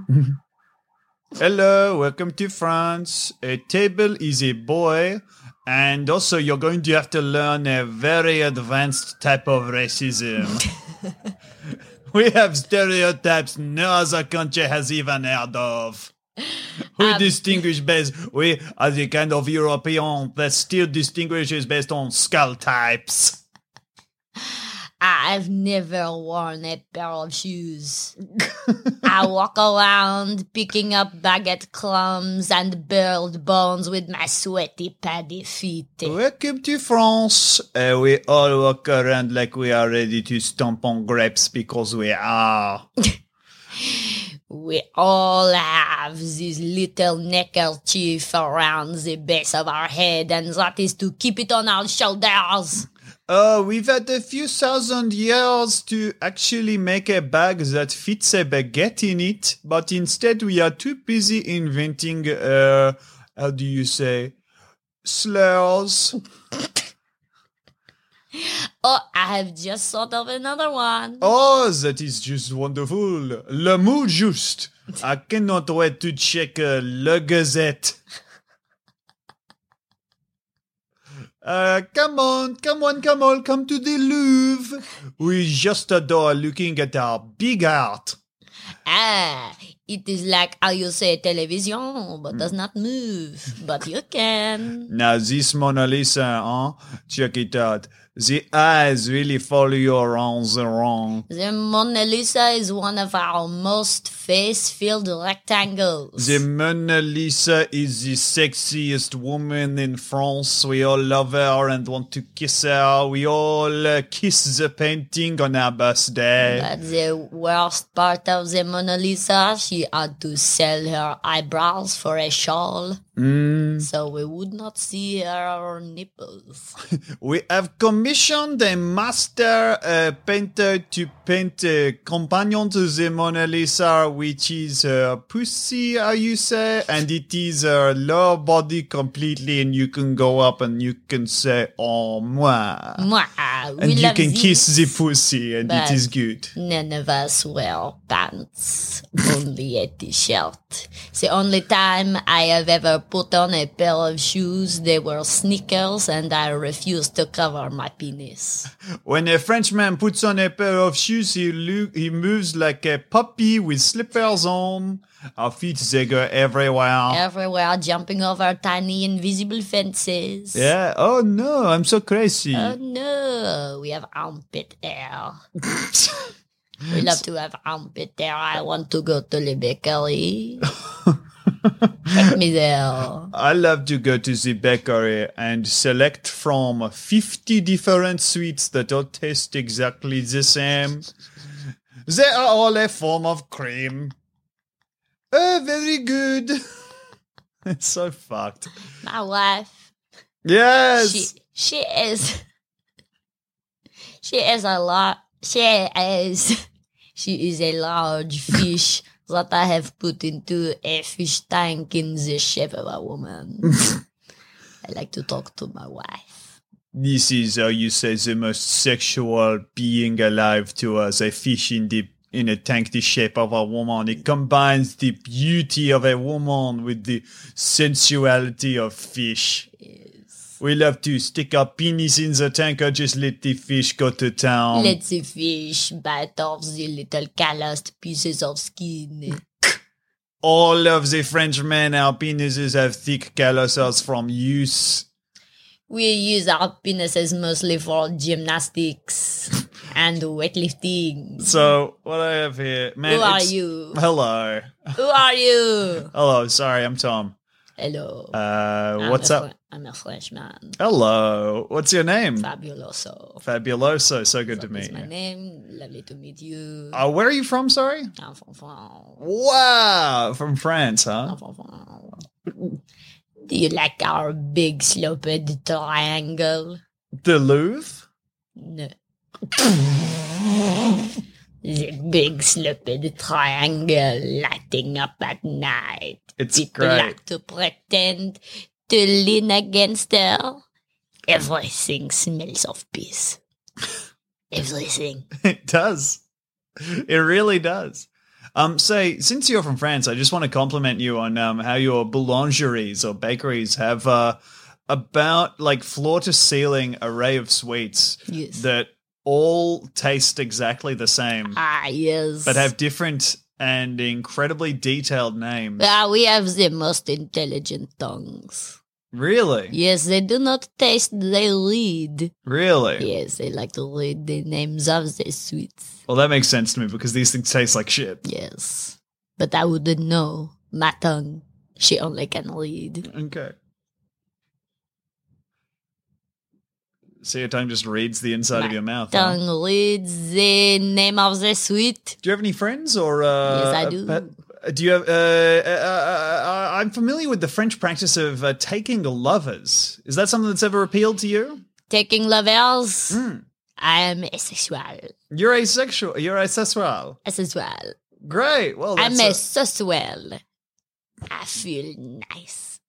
Speaker 1: Hello, welcome to France. A table is a boy, and also you're going to have to learn a very advanced type of racism. we have stereotypes no other country has even heard of. We distinguish based, we are the kind of European that still distinguishes based on skull types.
Speaker 2: I've never worn a pair of shoes. I walk around picking up baguette crumbs and bird bones with my sweaty paddy feet.
Speaker 1: Welcome to France. Uh, we all walk around like we are ready to stomp on grapes because we are.
Speaker 2: We all have this little neckerchief around the base of our head, and that is to keep it on our shoulders.
Speaker 1: Uh, we've had a few thousand years to actually make a bag that fits a baguette in it, but instead we are too busy inventing, uh, how do you say, slurs.
Speaker 2: Oh, I have just thought of another one.
Speaker 1: Oh, that is just wonderful. Le mot juste. I cannot wait to check uh, Le Gazette. Uh, come on, come on, come on, come to the Louvre. We just adore looking at our big art.
Speaker 2: Ah, it is like how you say television, but does not move, but you can.
Speaker 1: Now this Mona Lisa, huh? Check it out. The eyes really follow you around the room.
Speaker 2: The Mona Lisa is one of our most face-filled rectangles.
Speaker 1: The Mona Lisa is the sexiest woman in France. We all love her and want to kiss her. We all uh, kiss the painting on our birthday.
Speaker 2: But the worst part of the Mona Lisa, she had to sell her eyebrows for a shawl,
Speaker 1: Mm.
Speaker 2: so we would not see her nipples.
Speaker 1: We have come permission de master uh, painter to paint uh, companion to the Mona Lisa, which is her pussy, how you say, and it is her lower body completely, and you can go up and you can say, oh, moi.
Speaker 2: Mwah, we
Speaker 1: And you
Speaker 2: love
Speaker 1: can
Speaker 2: these
Speaker 1: kiss the pussy, and
Speaker 2: but-
Speaker 1: it is good.
Speaker 2: None of us wear pants, only a t-shirt. The only time I have ever put on a pair of shoes, they were sneakers, and I refuse to cover my penis.
Speaker 1: When a Frenchman puts on a pair of shoes, he, loo- he moves like a puppy with slippers on. Our feet, they go everywhere.
Speaker 2: Everywhere, jumping over tiny invisible fences.
Speaker 1: Yeah. Oh no, I'm so crazy.
Speaker 2: Oh no, we have armpit hair. we love to have armpit hair. I want to go to the bakery. Take me there.
Speaker 1: I love to go to the bakery and select from 50 different sweets that all taste exactly the same. They are all a form of cream. Oh, very good. it's so fucked.
Speaker 2: My wife.
Speaker 1: Yes.
Speaker 2: She she is she is a lot she is she is a large fish that I have put into a fish tank in the shape of a woman. I like to talk to my wife.
Speaker 1: This is how you say the most sexual being alive to us. A fish in the in a tank the shape of a woman. It combines the beauty of a woman with the sensuality of fish. We love to stick our penis in the tank or just let the fish go to town.
Speaker 2: Let the fish bite off the little calloused pieces of skin.
Speaker 1: All of the Frenchmen, our penises have thick calluses from use.
Speaker 2: We use our penises mostly for gymnastics and weightlifting.
Speaker 1: So what I have here, man.
Speaker 2: Who are
Speaker 1: it's-
Speaker 2: you?
Speaker 1: Hello,
Speaker 2: Who are you?
Speaker 1: hello. Sorry, I'm Tom.
Speaker 2: Hello.
Speaker 1: Uh,
Speaker 2: I'm
Speaker 1: what's
Speaker 2: a
Speaker 1: up?
Speaker 2: Fre- I'm a Frenchman.
Speaker 1: Hello. What's your name?
Speaker 2: Fabuloso.
Speaker 1: Fabuloso. So good to
Speaker 2: It's
Speaker 1: meet
Speaker 2: my
Speaker 1: you.
Speaker 2: name. Lovely to meet you.
Speaker 1: Uh, where are you from? Sorry.
Speaker 2: I'm from France.
Speaker 1: Wow. From France, huh?
Speaker 2: I'm from France. Do you like our big sloped triangle?
Speaker 1: The Louvre.
Speaker 2: No. the big sloped triangle lighting up at night.
Speaker 1: It's
Speaker 2: People
Speaker 1: great.
Speaker 2: like to pretend to lean against her. Everything smells of peace. Everything.
Speaker 1: it does. It really does. Um, say, since you're from France, I just want to compliment you on um, how your boulangeries or bakeries have uh, about like floor to ceiling array of sweets
Speaker 2: Yes.
Speaker 1: that all taste exactly the same,
Speaker 2: Ah, yes.
Speaker 1: but have different and incredibly detailed names.
Speaker 2: Ah, we have the most intelligent tongues.
Speaker 1: Really?
Speaker 2: Yes, they do not taste, they read.
Speaker 1: Really?
Speaker 2: Yes, they like to read the names of the sweets.
Speaker 1: Well, that makes sense to me because these things taste like shit.
Speaker 2: Yes. But I wouldn't know. My tongue, she only can read.
Speaker 1: Okay. So your tongue just reads the inside of
Speaker 2: My
Speaker 1: your mouth. huh?
Speaker 2: Tongue reads the name of the sweet.
Speaker 1: Do you have any friends or? Uh,
Speaker 2: Yes, I
Speaker 1: a
Speaker 2: do.
Speaker 1: pet- do you have? Uh, uh, uh, uh, I'm familiar with the French practice of uh, taking lovers. Is that something that's ever appealed to you?
Speaker 2: Taking lovers,
Speaker 1: Hmm.
Speaker 2: I am asexual.
Speaker 1: You're asexual. You're asexual.
Speaker 2: Asexual.
Speaker 1: Great. Well,
Speaker 2: I'm
Speaker 1: Oh, that's a-
Speaker 2: asexual. I feel nice.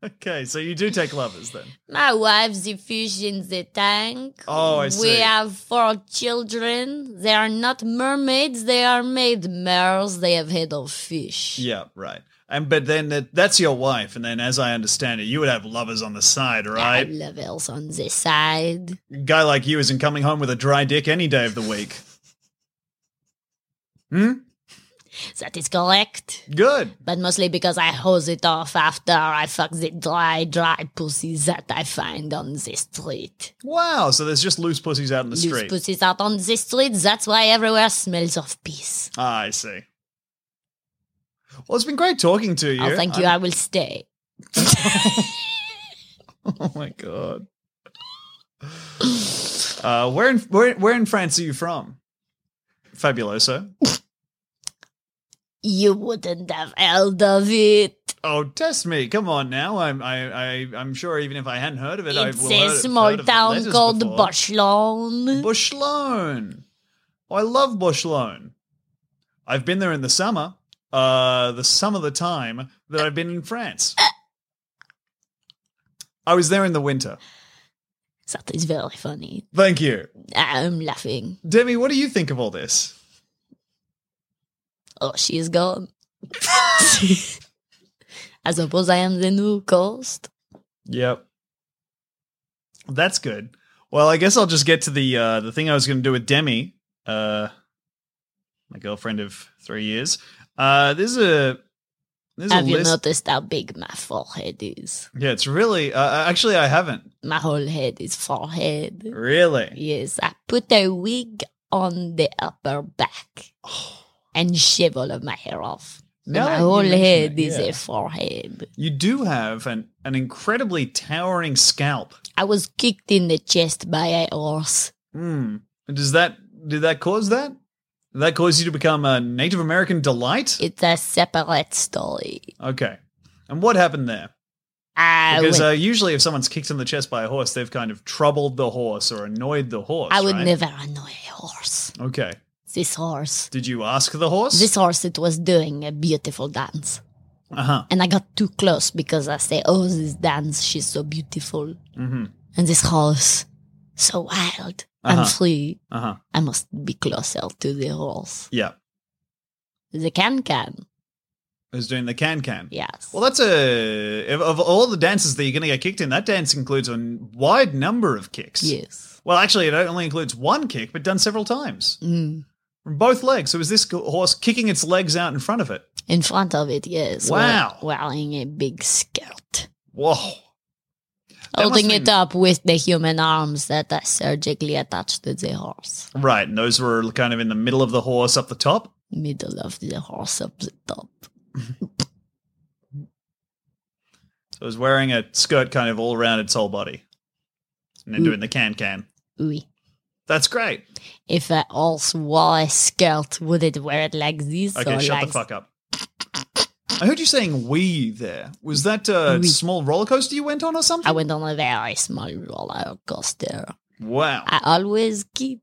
Speaker 1: okay. So you do take lovers then.
Speaker 2: My wife's a fish in the tank.
Speaker 1: Oh, I see.
Speaker 2: We have four children. They are not mermaids. They are made mares. They have head of fish.
Speaker 1: Yeah, right. And but then that, that's your wife, and then as I understand it, you would have lovers on the side,
Speaker 2: I have
Speaker 1: right?
Speaker 2: levels on the side.
Speaker 1: Guy like you isn't coming home with a dry dick any day of the week. hmm.
Speaker 2: That is correct.
Speaker 1: Good.
Speaker 2: But mostly because I hose it off after I fuck the dry, dry pussy that I find on the street.
Speaker 1: Wow. So there's just loose pussies out in the
Speaker 2: Loose
Speaker 1: street.
Speaker 2: pussies out on the street. That's why everywhere smells of piss.
Speaker 1: Ah, I see. Well, it's been great talking to you.
Speaker 2: Oh, thank you.
Speaker 1: I'm-
Speaker 2: I will stay.
Speaker 1: oh my god. Uh, where in where, where in France are you from? Fabuloso.
Speaker 2: You wouldn't have held of it.
Speaker 1: Oh, test me! Come on now. I'm I, I I'm sure even if I hadn't heard of it, I
Speaker 2: It's
Speaker 1: will
Speaker 2: a
Speaker 1: heard-
Speaker 2: small
Speaker 1: heard of the
Speaker 2: town
Speaker 1: letters
Speaker 2: called
Speaker 1: before.
Speaker 2: Bushloan.
Speaker 1: Bush Loan. Oh, I love Bush Loan. I've been there in the summer, uh, the summer of the time that I've been in France. I was there in the winter.
Speaker 2: That is very funny.
Speaker 1: Thank you.
Speaker 2: I'm laughing.
Speaker 1: Demi, what do you think of all this?
Speaker 2: Oh, she is gone. I suppose I am the new ghost.
Speaker 1: Yep. That's good. Well, I guess I'll just get to the uh, the thing I was going to do with Demi, uh, my girlfriend of three years. Uh, this is a this is
Speaker 2: Have
Speaker 1: a
Speaker 2: you
Speaker 1: list.
Speaker 2: noticed how big my forehead is?
Speaker 1: yeah, it's really. Uh, actually, I haven't
Speaker 2: My whole head is forehead.
Speaker 1: really.
Speaker 2: Yes, I put a wig on the upper back and shave all of my hair off. So
Speaker 1: Now
Speaker 2: my
Speaker 1: that you
Speaker 2: whole
Speaker 1: mention
Speaker 2: head
Speaker 1: it,
Speaker 2: is
Speaker 1: yeah.
Speaker 2: a forehead.
Speaker 1: You do have an an incredibly towering scalp.
Speaker 2: I was kicked in the chest by a horse.
Speaker 1: Hmm. Does that did that cause that? Did that cause you to become a Native American delight?
Speaker 2: It's a separate story.
Speaker 1: Okay. And what happened there?
Speaker 2: I
Speaker 1: Because
Speaker 2: would,
Speaker 1: uh, usually, if someone's kicked in the chest by a horse, they've kind of troubled the horse or annoyed the horse.
Speaker 2: I would
Speaker 1: right?
Speaker 2: never annoy a horse.
Speaker 1: Okay.
Speaker 2: This horse.
Speaker 1: Did you ask the horse?
Speaker 2: This horse, it was doing a beautiful dance.
Speaker 1: Uh huh.
Speaker 2: And I got too close because I say, oh, this dance, she's so beautiful.
Speaker 1: Mm-hmm.
Speaker 2: And this horse, so wild
Speaker 1: Uh-huh.
Speaker 2: and free.
Speaker 1: Uh huh.
Speaker 2: I must be closer to the horse.
Speaker 1: Yeah.
Speaker 2: The can-can,
Speaker 1: Who's doing the can can?
Speaker 2: yes.
Speaker 1: Well, that's a of, of all the dances that you're going to get kicked in. That dance includes a n- wide number of kicks.
Speaker 2: yes.
Speaker 1: Well, actually, it only includes one kick, but done several times
Speaker 2: Mm.
Speaker 1: from both legs. So is this g- horse kicking its legs out in front of it?
Speaker 2: In front of it, yes.
Speaker 1: Wow.
Speaker 2: we- Wearing a big skirt.
Speaker 1: Whoa. That must
Speaker 2: holding
Speaker 1: have
Speaker 2: it
Speaker 1: been-
Speaker 2: up with the human arms that are surgically attached to the horse.
Speaker 1: Right, and those were kind of in the middle of the horse up the top.
Speaker 2: middle of the horse up the top.
Speaker 1: So it was wearing a skirt kind of all around its whole body. And
Speaker 2: Hmm.
Speaker 1: then doing the can can.
Speaker 2: Oui.
Speaker 1: That's great.
Speaker 2: If a horse wore a skirt, would it wear it like this?
Speaker 1: Okay,
Speaker 2: or
Speaker 1: shut
Speaker 2: like
Speaker 1: the fuck up. I heard you saying we there. Was that a
Speaker 2: We.
Speaker 1: small roller coaster you went on or something?
Speaker 2: I went on a very small roller coaster.
Speaker 1: wow.
Speaker 2: I always keep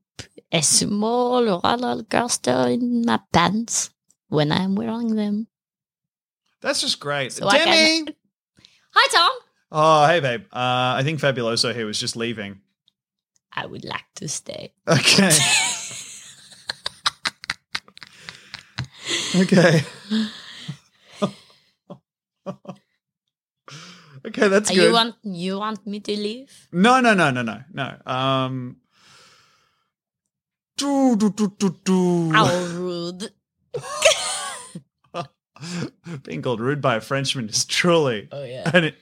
Speaker 2: a small roller coaster in my pants when I'm wearing them.
Speaker 1: That's just great.
Speaker 2: So I
Speaker 1: Demi!
Speaker 2: can- Hi, Tom.
Speaker 1: Oh, hey, babe. Uh, I think Fabuloso here was just leaving.
Speaker 2: I would like to stay.
Speaker 1: Okay. okay. okay, that's good.
Speaker 2: Uh, you want you want me to leave?
Speaker 1: No, no, no, no, no, no. Um. doo, doo, doo, doo, doo.
Speaker 2: How rude!
Speaker 1: Being called rude by a Frenchman is truly
Speaker 2: Oh yeah,
Speaker 1: an,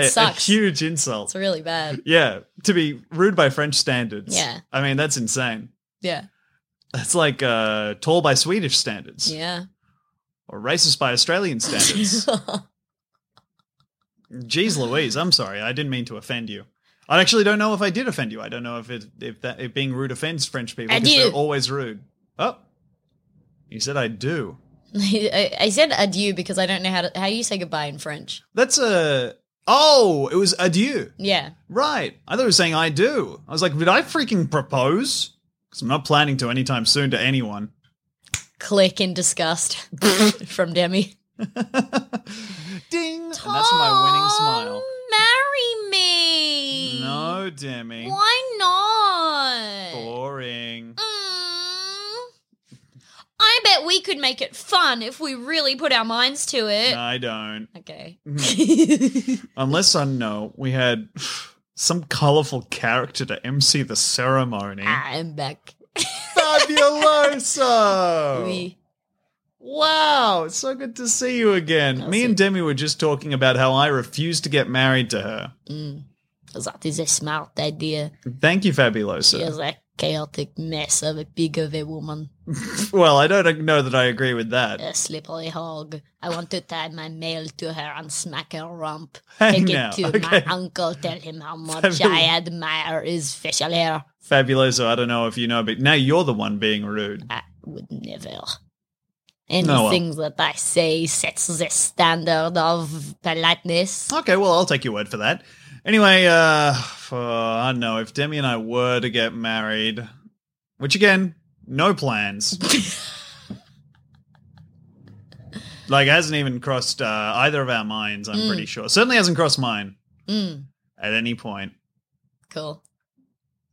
Speaker 1: a, a
Speaker 2: sucks.
Speaker 1: huge
Speaker 2: it's
Speaker 1: insult.
Speaker 2: really bad.
Speaker 1: Yeah, to be rude by French standards.
Speaker 2: Yeah.
Speaker 1: I mean that's insane.
Speaker 2: Yeah,
Speaker 1: That's like uh, tall by Swedish standards,
Speaker 2: yeah.
Speaker 1: or racist by Australian standards. Jeez, Louise, I'm sorry, I didn't mean to offend you. I actually don't know if I did offend you. I don't know if it if that if being rude offends French people
Speaker 2: I
Speaker 1: because they're
Speaker 2: do.
Speaker 1: always rude. Oh, you said I do.
Speaker 2: I, I said adieu because I don't know how to, how you say goodbye in French.
Speaker 1: That's a. Oh, it was adieu.
Speaker 2: Yeah.
Speaker 1: Right. I thought it was saying I do. I was like, did I freaking propose? Because I'm not planning to anytime soon to anyone.
Speaker 2: Click in disgust from Demi.
Speaker 1: Ding. and that's my winning smile.
Speaker 2: Marry me.
Speaker 1: No, Demi.
Speaker 2: Why not?
Speaker 1: Boring.
Speaker 2: Mm. I bet we could make it fun if we really put our minds to it.
Speaker 1: I don't.
Speaker 2: Okay. Mm-hmm.
Speaker 1: Unless I know we had some colorful character to MC the
Speaker 2: Eh?
Speaker 1: ceremony.
Speaker 2: I'm back.
Speaker 1: Fabuloso!
Speaker 2: We.
Speaker 1: Wow, it's so good to see you again. Me and Demi were just talking about how I refuse to get married to her.
Speaker 2: mm. That is a smart idea.
Speaker 1: Thank you, Fabuloso.
Speaker 2: She is a chaotic mess of a pig of a woman.
Speaker 1: Well, I don't know that I agree with that.
Speaker 2: a slippery hog. I want to tie my mail to her and smack her rump.
Speaker 1: Hey
Speaker 2: Take
Speaker 1: now,
Speaker 2: it to
Speaker 1: okay.
Speaker 2: my uncle. Tell him how much
Speaker 1: Fabulous.
Speaker 2: I admire his facial hair.
Speaker 1: Fabuloso, I don't know if you know, but now you're the one being rude.
Speaker 2: I would never.
Speaker 3: Anything
Speaker 1: Oh, well.
Speaker 3: that I say sets the standard of politeness.
Speaker 1: Okay, well, I'll take your word for that. Anyway, uh, for, I don't know if Demi and I were to get married, which again, no plans. like, hasn't even crossed uh, either of our minds. I'm pretty sure. Certainly hasn't crossed mine
Speaker 2: Mm,
Speaker 1: at any point.
Speaker 2: cool.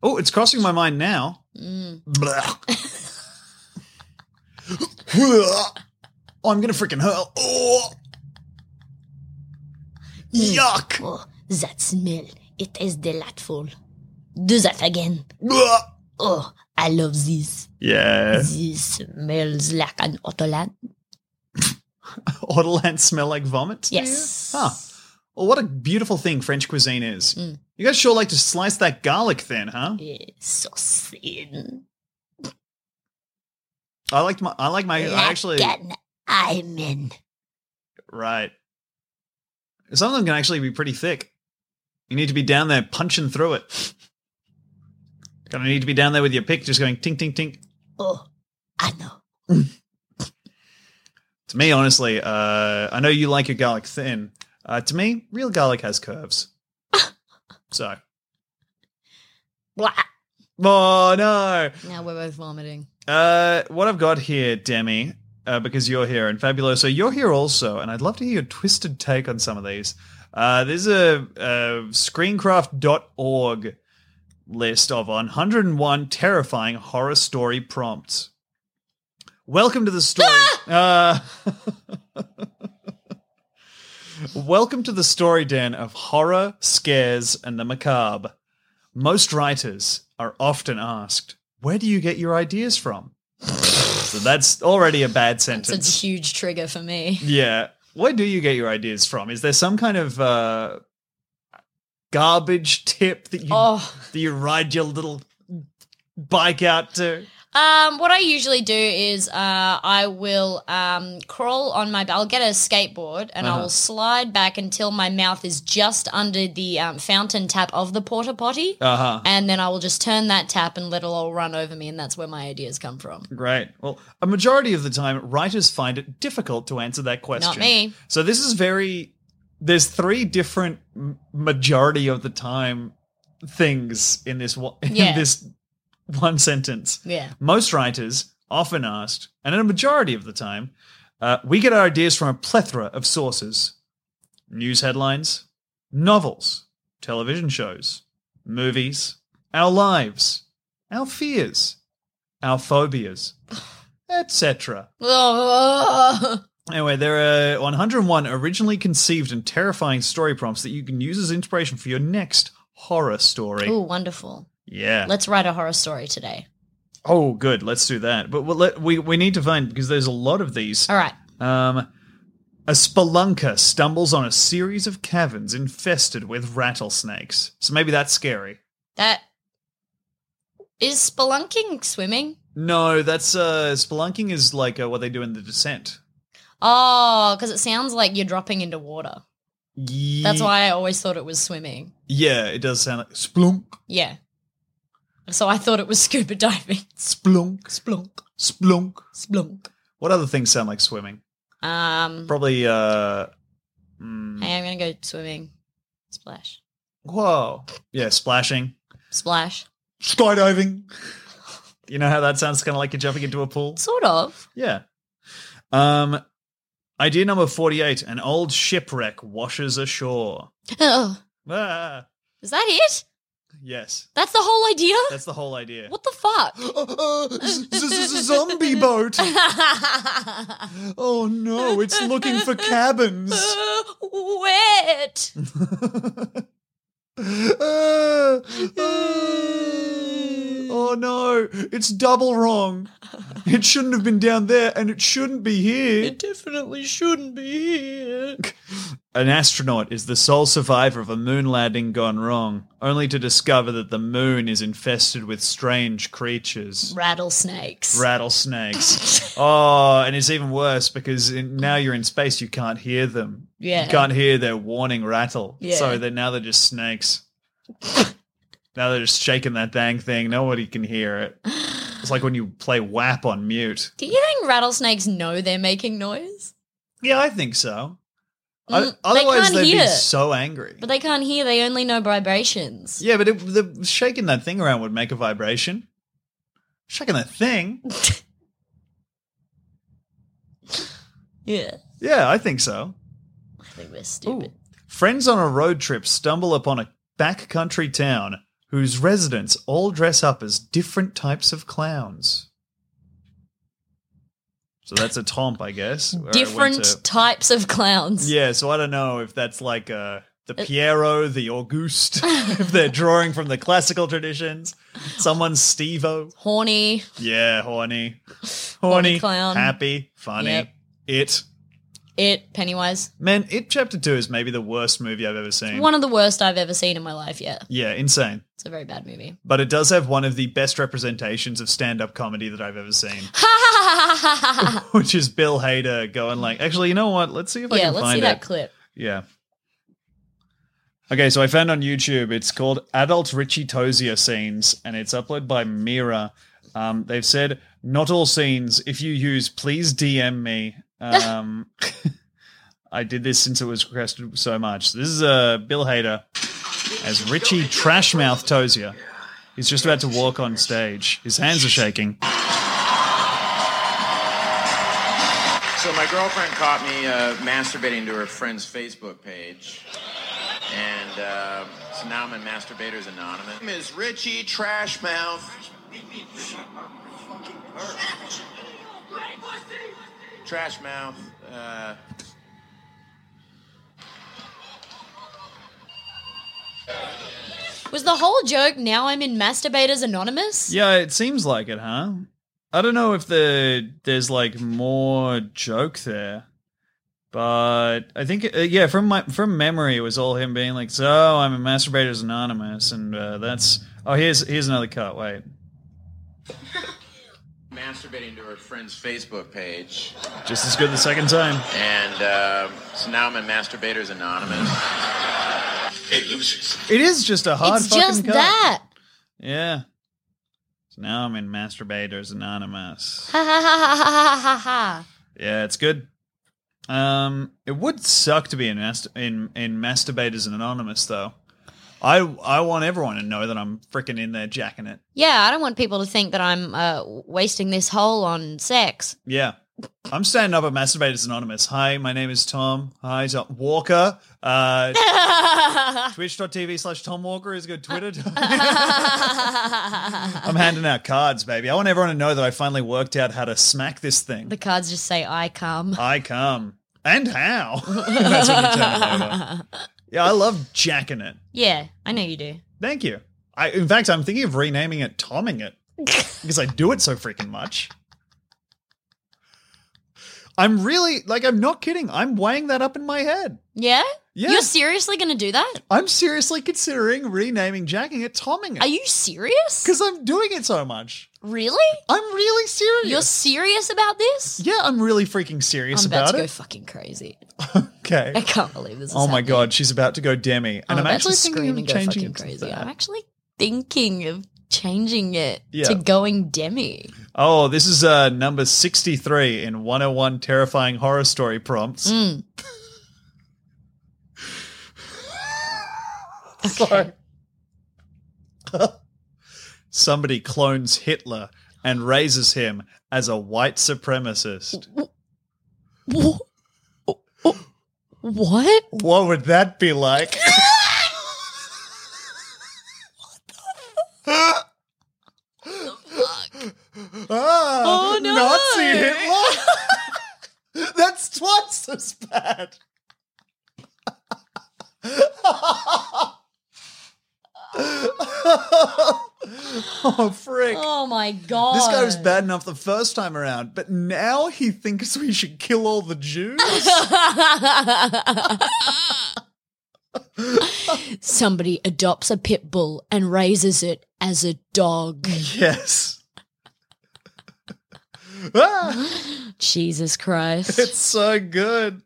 Speaker 1: Oh, it's crossing my mind now.
Speaker 2: Mm.
Speaker 1: Blah. I'm gonna freaking hurl. Oh. Yuck.
Speaker 3: Oh, that smell. It is delightful. Do that again.
Speaker 1: Blah.
Speaker 3: Oh, I love this.
Speaker 1: Yeah.
Speaker 3: This smells like an Autoland.
Speaker 1: Autoland smell like vomit? to you?
Speaker 3: Yes.
Speaker 1: Huh. Well, what a beautiful thing French cuisine is. You guys sure like to slice that garlic thin, huh?
Speaker 3: Eh, so thin.
Speaker 1: I liked my. I like my. I actually.
Speaker 3: Like an almond.
Speaker 1: Right. Some of them can actually be pretty thick. You need to be down there punching through it. Gonna need to be down there with your pick, just going tink tink tink.
Speaker 3: Oh, I know.
Speaker 1: To me, honestly, uh, I know you like your garlic thin. Uh, to me, real garlic has curves. so.
Speaker 3: Blah.
Speaker 1: Oh no.
Speaker 2: Now we're both vomiting.
Speaker 1: Uh, what I've got here, Demi, uh, because you're here and Fabuloso, you're here also, and I'd love to hear your twisted take on some of these. Uh, there's a, a screencraft.org list of 101 terrifying horror story prompts. Welcome to the story. Ah! Uh, welcome to the story den of horror, scares, and the macabre. Most writers are often asked, Where do you get your ideas from? so that's already a bad
Speaker 2: It's a
Speaker 1: sentence.
Speaker 2: huge trigger for me.
Speaker 1: yeah. Where do you get your ideas from? Is there some kind of uh, garbage tip that you,
Speaker 2: Oh.
Speaker 1: that you ride your little bike out to?
Speaker 2: Um, what I usually do is uh, I will um, crawl on my. I'll get a skateboard and I will slide back until my mouth is just under the um, fountain tap of the porta potty,
Speaker 1: Uh huh.
Speaker 2: and then I will just turn that tap and let it all run over me, and that's where my ideas come from.
Speaker 1: Great. Well, a majority of the time, writers find it difficult to answer that question.
Speaker 2: me.
Speaker 1: So this is very. There's three different m- majority of the time things in this one,
Speaker 2: Yeah.
Speaker 1: in this one sentence.
Speaker 2: Yeah.
Speaker 1: Most writers often asked, and in a majority of the time, uh, we get our ideas from a plethora of sources: news headlines, novels, television shows, movies, our lives, our fears, our phobias, etc.
Speaker 2: Oh,
Speaker 1: Anyway, there are 101 originally conceived and terrifying story prompts that you can use as inspiration for your next horror story.
Speaker 2: Ooh, wonderful.
Speaker 1: Yeah.
Speaker 2: Let's write a horror story today.
Speaker 1: oh, good. Let's do that. But we'll let, we we need to find because there's a lot of these.
Speaker 2: All right.
Speaker 1: Um, a spelunker stumbles on a series of caverns infested with rattlesnakes. So maybe that's scary.
Speaker 2: That is spelunking swimming.
Speaker 1: No, that's uh, spelunking is like uh, what they do in the descent.
Speaker 2: Oh, because it sounds like you're dropping into water.
Speaker 1: Ye-
Speaker 2: That's why I always thought it was swimming.
Speaker 1: Yeah, it does sound like splunk,
Speaker 2: Yeah. So I thought it was scuba diving.
Speaker 1: splunk,
Speaker 2: Splunk,
Speaker 1: splunk.
Speaker 2: splunk.
Speaker 1: What other things sound like swimming?
Speaker 2: Um,
Speaker 1: Probably, uh, mm,
Speaker 2: hey, I'm going to go swimming. Splash.
Speaker 1: whoa. Yeah, splashing.
Speaker 2: Splash.
Speaker 1: Skydiving. You know how that sounds kind of like you're jumping into a pool?
Speaker 2: Sort of.
Speaker 1: Yeah. Um, idea number 48 an old shipwreck washes ashore.
Speaker 2: Oh,
Speaker 1: Ah,
Speaker 2: is that it?
Speaker 1: yes,
Speaker 2: That's the whole idea?
Speaker 1: that's the whole idea.
Speaker 2: What the fuck?
Speaker 1: Uh, uh, z- z- z- zombie boat. Oh no, it's looking for cabins.
Speaker 2: Wet.
Speaker 1: Uh, uh, oh no, it's double wrong. It shouldn't have been down there and it shouldn't be here.
Speaker 2: definitely shouldn't be here.
Speaker 1: An astronaut is the sole survivor of a moon landing gone wrong, only to discover that the moon is infested with strange creatures.
Speaker 2: Rattlesnakes.
Speaker 1: Rattlesnakes. oh, and it's even worse because in, now you're in space, you can't hear them.
Speaker 2: Yeah.
Speaker 1: You can't hear their warning rattle.
Speaker 2: Yeah.
Speaker 1: So they're, now they're just snakes. now they're just shaking that dang thing. Nobody can hear it. It's like when you play WAP on mute.
Speaker 2: Do you think rattlesnakes know they're making noise?
Speaker 1: Yeah, I think so. I-
Speaker 2: Mm, they
Speaker 1: otherwise,
Speaker 2: can't
Speaker 1: they'd
Speaker 2: hear.
Speaker 1: be so angry.
Speaker 2: But they can't hear, they only know vibrations.
Speaker 1: Yeah, but it, the shaking that thing around would make a vibration. Shaking that thing.
Speaker 2: Yeah.
Speaker 1: Yeah, I think so.
Speaker 2: I think we're stupid.
Speaker 1: Friends on a road trip stumble upon a backcountry town whose residents all dress up as different types of clowns. So that's a tomp, I guess. where I went
Speaker 2: Different
Speaker 1: to-
Speaker 2: types of clowns.
Speaker 1: yeah, so I don't know if that's like uh, the Piero, the Auguste, if they're drawing from the classical traditions. Someone's Stevo.
Speaker 2: Horny.
Speaker 1: Yeah, horny.
Speaker 2: Horny
Speaker 1: Horny,
Speaker 2: clown.
Speaker 1: happy, funny.
Speaker 2: Yep.
Speaker 1: It.
Speaker 2: It, Pennywise.
Speaker 1: Man, It Chapter 2 is maybe the worst movie I've ever seen.
Speaker 2: One of the worst I've ever seen in my life, yeah.
Speaker 1: yeah, insane.
Speaker 2: It's a very bad movie.
Speaker 1: But it does have one of the best representations of stand up comedy that I've ever seen,
Speaker 2: yeah,
Speaker 1: which is Bill Hader going like, actually, you know what? Let's see if I can
Speaker 2: let's
Speaker 1: find
Speaker 2: see
Speaker 1: it.
Speaker 2: that clip.
Speaker 1: Yeah. Okay, so I found on YouTube. It's called Adult Richie Tozier Scenes, and it's uploaded by Mira. Um, they've said not all scenes. If you use, please DM me. Um, I did this since it was requested so much. This is uh, Bill Hader as Richie Trashmouth Tozier. He's just about to walk on stage. His hands are shaking.
Speaker 4: So my girlfriend caught me uh, masturbating to her friend's Facebook page. And uh, so now I'm in Masturbators Anonymous. My name is Richie Trashmouth. Trashmouth. Uh,
Speaker 2: Was the whole joke now I'm in Masturbators Anonymous?
Speaker 1: Yeah, it seems like it, huh? I don't know if the there's like more joke there, but I think uh, yeah, from my from memory, it was all him being like, "So I'm a masturbators anonymous," and uh, that's oh, here's here's another cut. Wait,
Speaker 4: masturbating to her friend's Facebook page.
Speaker 1: just as good the second time.
Speaker 4: And uh, so now I'm in Masturbators Anonymous. Hey, losers.
Speaker 1: It is just a hard.
Speaker 2: it's
Speaker 1: fucking
Speaker 2: just
Speaker 1: cut.
Speaker 2: that.
Speaker 1: Yeah. So now I'm in masturbators anonymous.
Speaker 2: Ha ha ha ha ha ha ha.
Speaker 1: Yeah, it's good. Um, it would suck to be in mast- in in masturbators anonymous though. I I want everyone to know that I'm freaking in there jacking it.
Speaker 2: Yeah, I don't want people to think that I'm uh, wasting this hole on sex.
Speaker 1: Yeah. I'm standing up at Masturbators Anonymous. Hi, my name is Tom. Hi, Tom Walker. Uh, Twitch.tv slash Tom Walker is good. Twitter. I'm handing out cards, baby. I want everyone to know that I finally worked out how to smack this thing.
Speaker 2: the cards just say I come.
Speaker 1: I come. And how? That's what you turn it over. Yeah, I love jacking it.
Speaker 2: Yeah, I know you do.
Speaker 1: Thank you. I, in fact, I'm thinking of renaming it Tomming It because I do it so freaking much. I'm really, like, I'm not kidding. I'm weighing that up in my head.
Speaker 2: Yeah?
Speaker 1: Yeah.
Speaker 2: You're seriously going to do that?
Speaker 1: I'm seriously considering renaming Jacking It Tomming
Speaker 2: Are
Speaker 1: It
Speaker 2: you serious?
Speaker 1: because I'm doing it so much.
Speaker 2: Really?
Speaker 1: I'm really serious.
Speaker 2: You're serious about this?
Speaker 1: yeah, I'm really freaking serious
Speaker 2: I'm about
Speaker 1: about
Speaker 2: to go
Speaker 1: it.
Speaker 2: fucking crazy.
Speaker 1: okay.
Speaker 2: I can't believe this is
Speaker 1: Oh my
Speaker 2: happening. Oh,
Speaker 1: god, she's about to go demi, and
Speaker 2: I'm,
Speaker 1: I'm,
Speaker 2: about
Speaker 1: actually
Speaker 2: to scream
Speaker 1: thinking
Speaker 2: and
Speaker 1: of
Speaker 2: go
Speaker 1: changing
Speaker 2: fucking
Speaker 1: it to
Speaker 2: crazy.
Speaker 1: that.
Speaker 2: I'm actually thinking of changing it
Speaker 1: Yeah.
Speaker 2: to going demi.
Speaker 1: Oh, this is uh, number 63 in 101 Terrifying Horror Story
Speaker 2: Mm.
Speaker 1: Prompts. Sorry. Somebody clones Hitler and raises him as a white supremacist.
Speaker 2: Wha- What?
Speaker 1: Oh, What would that be like? Ah,
Speaker 2: Oh, no.
Speaker 1: Ah, Nazi Hitler. That's twice as bad. oh, frick.
Speaker 2: Oh my god.
Speaker 1: This guy was bad enough the first time around, but now he thinks we should kill all the Jews.
Speaker 2: Somebody adopts a pit bull and raises it as a dog.
Speaker 1: yes. ah,
Speaker 2: Jesus Christ.
Speaker 1: it's so good.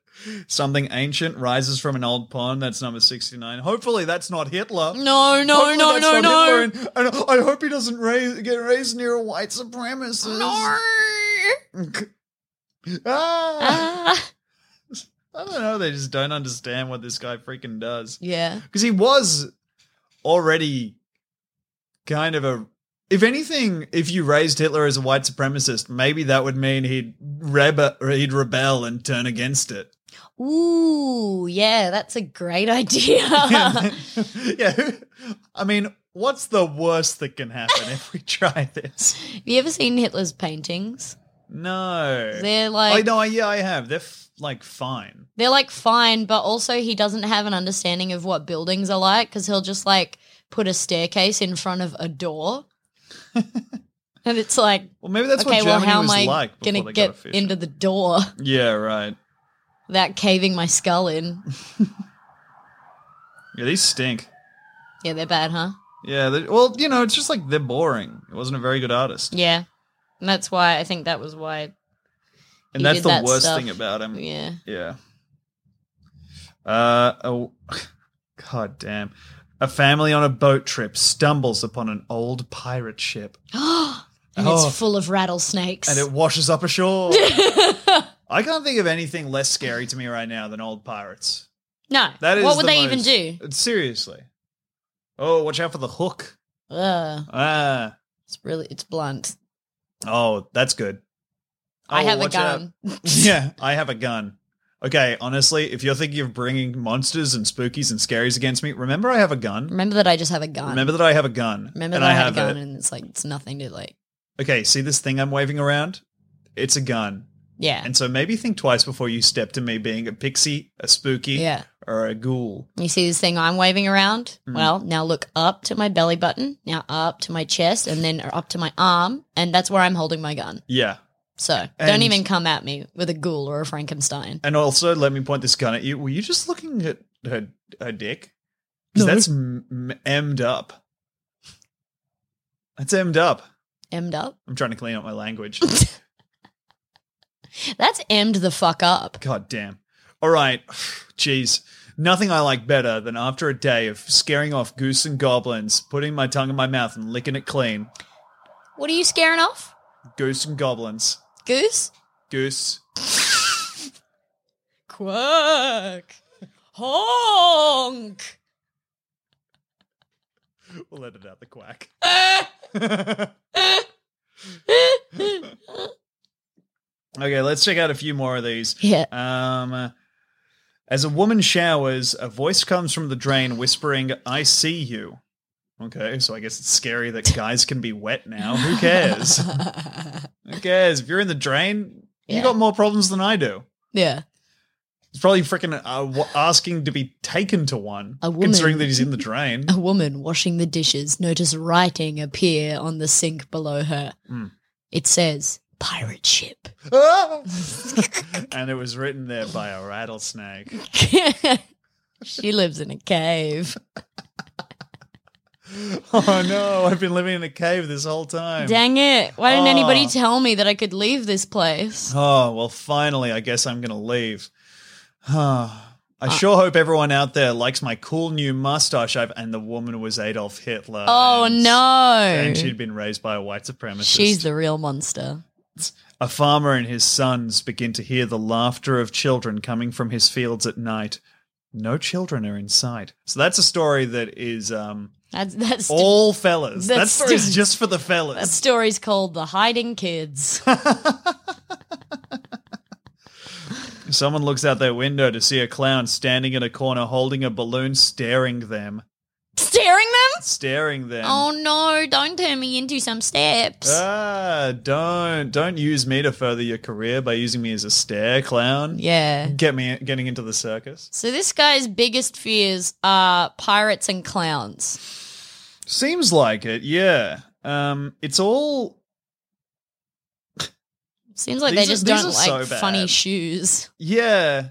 Speaker 1: Something ancient rises from an old pond. That's number 69. Hopefully, that's not Hitler.
Speaker 2: No, no,
Speaker 1: Hopefully
Speaker 2: no,
Speaker 1: that's
Speaker 2: no,
Speaker 1: not
Speaker 2: no.
Speaker 1: Hitler, And, and I hope he doesn't raise, get raised near a white supremacist. Ah,
Speaker 3: Ah.
Speaker 1: I don't know. They just don't understand what this guy freaking does.
Speaker 2: Yeah.
Speaker 1: Because he was already kind of a. If anything, if you raised Hitler as a white supremacist, maybe that would mean he'd rebel, he'd rebel and turn against it.
Speaker 2: Ooh, yeah, that's a great idea.
Speaker 1: yeah. I mean, what's the worst that can happen if we try this?
Speaker 2: Have you ever seen Hitler's paintings?
Speaker 1: No.
Speaker 2: They're
Speaker 1: I
Speaker 2: like
Speaker 1: know. I- Yeah, I have. They're f- like fine.
Speaker 2: they're like fine, but also he doesn't have an understanding of what buildings are like because he'll just like put a staircase in front of a door, and it's like,
Speaker 1: Well, maybe that's
Speaker 2: okay,
Speaker 1: what
Speaker 2: well,
Speaker 1: Germany
Speaker 2: how am
Speaker 1: was
Speaker 2: I
Speaker 1: like. before
Speaker 2: gonna
Speaker 1: they
Speaker 2: get
Speaker 1: got official.
Speaker 2: into the door
Speaker 1: Yeah, right.
Speaker 2: without caving my skull in?
Speaker 1: Yeah, these stink.
Speaker 2: Yeah, they're bad, huh?
Speaker 1: Yeah, they- well, you know, it's just like they're boring. It wasn't a very good artist,
Speaker 2: Yeah, and that's why I think that was why.
Speaker 1: and
Speaker 2: he
Speaker 1: that's
Speaker 2: did
Speaker 1: the
Speaker 2: that
Speaker 1: worst
Speaker 2: stuff.
Speaker 1: thing about him.
Speaker 2: Yeah.
Speaker 1: Yeah. Uh oh, god damn! A family on a boat trip stumbles upon an old pirate ship,
Speaker 2: and
Speaker 1: Oh.
Speaker 2: it's full of rattlesnakes.
Speaker 1: and it washes up ashore. I can't think of anything less scary to me right now than old pirates.
Speaker 2: no,
Speaker 1: That is
Speaker 2: what would
Speaker 1: the
Speaker 2: they
Speaker 1: most-
Speaker 2: even do?
Speaker 1: Seriously. Oh, watch out for the hook.
Speaker 2: Ugh,
Speaker 1: Ah.
Speaker 2: it's really it's blunt.
Speaker 1: Oh, that's good.
Speaker 2: I
Speaker 1: Oh,
Speaker 2: have a
Speaker 1: watch out.
Speaker 2: gun.
Speaker 1: yeah, I have a gun. Okay, honestly, if you're thinking of bringing monsters and spookies and scaries against me, remember I have a gun.
Speaker 2: Remember that I just have a gun.
Speaker 1: Remember that I have a gun.
Speaker 2: Remember
Speaker 1: and
Speaker 2: that I,
Speaker 1: I
Speaker 2: had a
Speaker 1: have
Speaker 2: gun,
Speaker 1: it.
Speaker 2: and it's like it's nothing to like.
Speaker 1: Okay, see this thing I'm waving around? It's a gun.
Speaker 2: Yeah,
Speaker 1: And so maybe think twice before you step to me being a pixie, a spooky,
Speaker 2: yeah.
Speaker 1: or a ghoul.
Speaker 2: You see this thing I'm waving around?
Speaker 1: Mm-hmm.
Speaker 2: Well, now look up to my belly button, now up to my chest, and then up to my arm, and that's where I'm holding my gun.
Speaker 1: Yeah.
Speaker 2: So
Speaker 1: And-
Speaker 2: don't even come at me with a ghoul or a Frankenstein.
Speaker 1: And also, let me point this gun at you. Were you just looking at her her dick? 'Cause
Speaker 2: No.
Speaker 1: that's m- m- emmed up. That's emmed up.
Speaker 2: Emmed up.
Speaker 1: I'm trying to clean up my language.
Speaker 2: That's emmed the fuck up.
Speaker 1: God damn. All right. Jeez. Nothing I like better than after a day of scaring off goose and goblins, putting my tongue in my mouth and licking it clean.
Speaker 2: What are you scaring off?
Speaker 1: Goose and goblins.
Speaker 2: Goose?
Speaker 1: Goose.
Speaker 2: Quack. Honk.
Speaker 1: We'll edit out the quack. okay, let's check out a few more of these.
Speaker 2: Yeah.
Speaker 1: Um, as a woman showers, a voice comes from the drain whispering, I see you. Okay, so I guess it's scary that guys can be wet now. Who cares? Who cares? If you're in the drain, you
Speaker 2: Yeah.
Speaker 1: got more problems than I do.
Speaker 2: Yeah.
Speaker 1: It's probably freaking uh, w- asking to be taken to one,
Speaker 2: A woman-
Speaker 1: considering that he's in the drain.
Speaker 2: A woman washing the dishes noticed writing appear on the sink below her.
Speaker 1: Hmm.
Speaker 2: It says, pirate ship. Oh.
Speaker 1: and it was written there by a rattlesnake.
Speaker 2: she lives in a cave.
Speaker 1: Oh no, I've been living in a cave this whole time.
Speaker 2: Dang it. Why didn't
Speaker 1: Oh.
Speaker 2: anybody tell me that I could leave this place?
Speaker 1: Oh, well, finally, I guess I'm going to leave. I
Speaker 2: Uh.
Speaker 1: sure hope everyone out there likes my cool new mustache. I've, and the woman was Adolf Hitler.
Speaker 2: Oh,
Speaker 1: and-
Speaker 2: no.
Speaker 1: And she'd been raised by a white supremacist.
Speaker 2: She's the real monster.
Speaker 1: A farmer and his sons begin to hear the laughter of children coming from his fields at night. No children are in sight. So that's a story that is um,
Speaker 2: That's, that's
Speaker 1: all fellas. That
Speaker 2: That's
Speaker 1: story's
Speaker 2: stu-
Speaker 1: just for the
Speaker 2: That
Speaker 1: fellas.
Speaker 2: story's called The Hiding Kids.
Speaker 1: Someone looks out their window to see a clown standing in a corner holding a balloon, staring them,
Speaker 2: Staring them?
Speaker 1: staring them.
Speaker 2: Oh no, don't turn me into some steps.
Speaker 1: Ah, don't don't use me to further your career by using me as a stare clown.
Speaker 2: yeah.
Speaker 1: Get me getting into the circus.
Speaker 2: So this guy's biggest fears are pirates and clowns.
Speaker 1: Seems like it, yeah. Um, it's all
Speaker 2: Seems like
Speaker 1: These
Speaker 2: they
Speaker 1: are-
Speaker 2: just
Speaker 1: these
Speaker 2: don't
Speaker 1: are so
Speaker 2: like
Speaker 1: bad.
Speaker 2: funny shoes.
Speaker 1: yeah,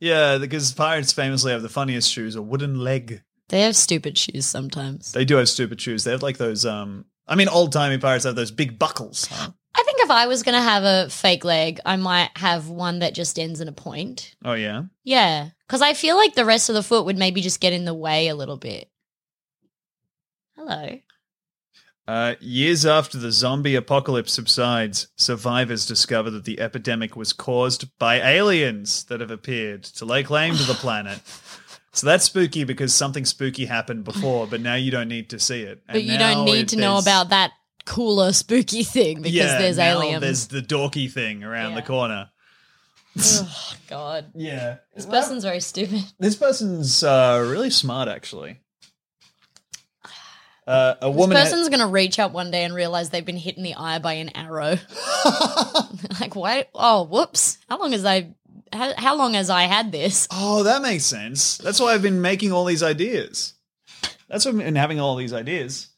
Speaker 1: yeah. Because pirates famously have the funniest shoes, a wooden leg.
Speaker 2: They have stupid shoes sometimes.
Speaker 1: They do have stupid shoes. They have like those. Um, I mean, old timey pirates have those big buckles. Huh?
Speaker 2: I think if I was going to have a fake leg, I might have one that just ends in a point.
Speaker 1: Oh yeah.
Speaker 2: Yeah. Because I feel like the rest of the foot would maybe just get in the way a little bit. Hello.
Speaker 1: Uh, years after the zombie apocalypse subsides, survivors discover that the epidemic was caused by aliens that have appeared to lay claim to the planet. So that's spooky because something spooky happened before, but now you don't need to see it.
Speaker 2: But you don't need to know about that cooler, spooky thing because there's aliens.
Speaker 1: There's the dorky thing around the
Speaker 2: Yeah.
Speaker 1: corner.
Speaker 2: oh, God.
Speaker 1: Yeah,
Speaker 2: This person's very stupid.
Speaker 1: This person's uh, really smart, actually. Uh, a woman.
Speaker 2: this person's gonna reach up one day and realize they've been hit in the eye by an arrow. like why? Oh, whoops! How long has I? How, how long has I had this?
Speaker 1: Oh, that makes sense. That's why I've been making all these ideas. That's why I've been having all these ideas.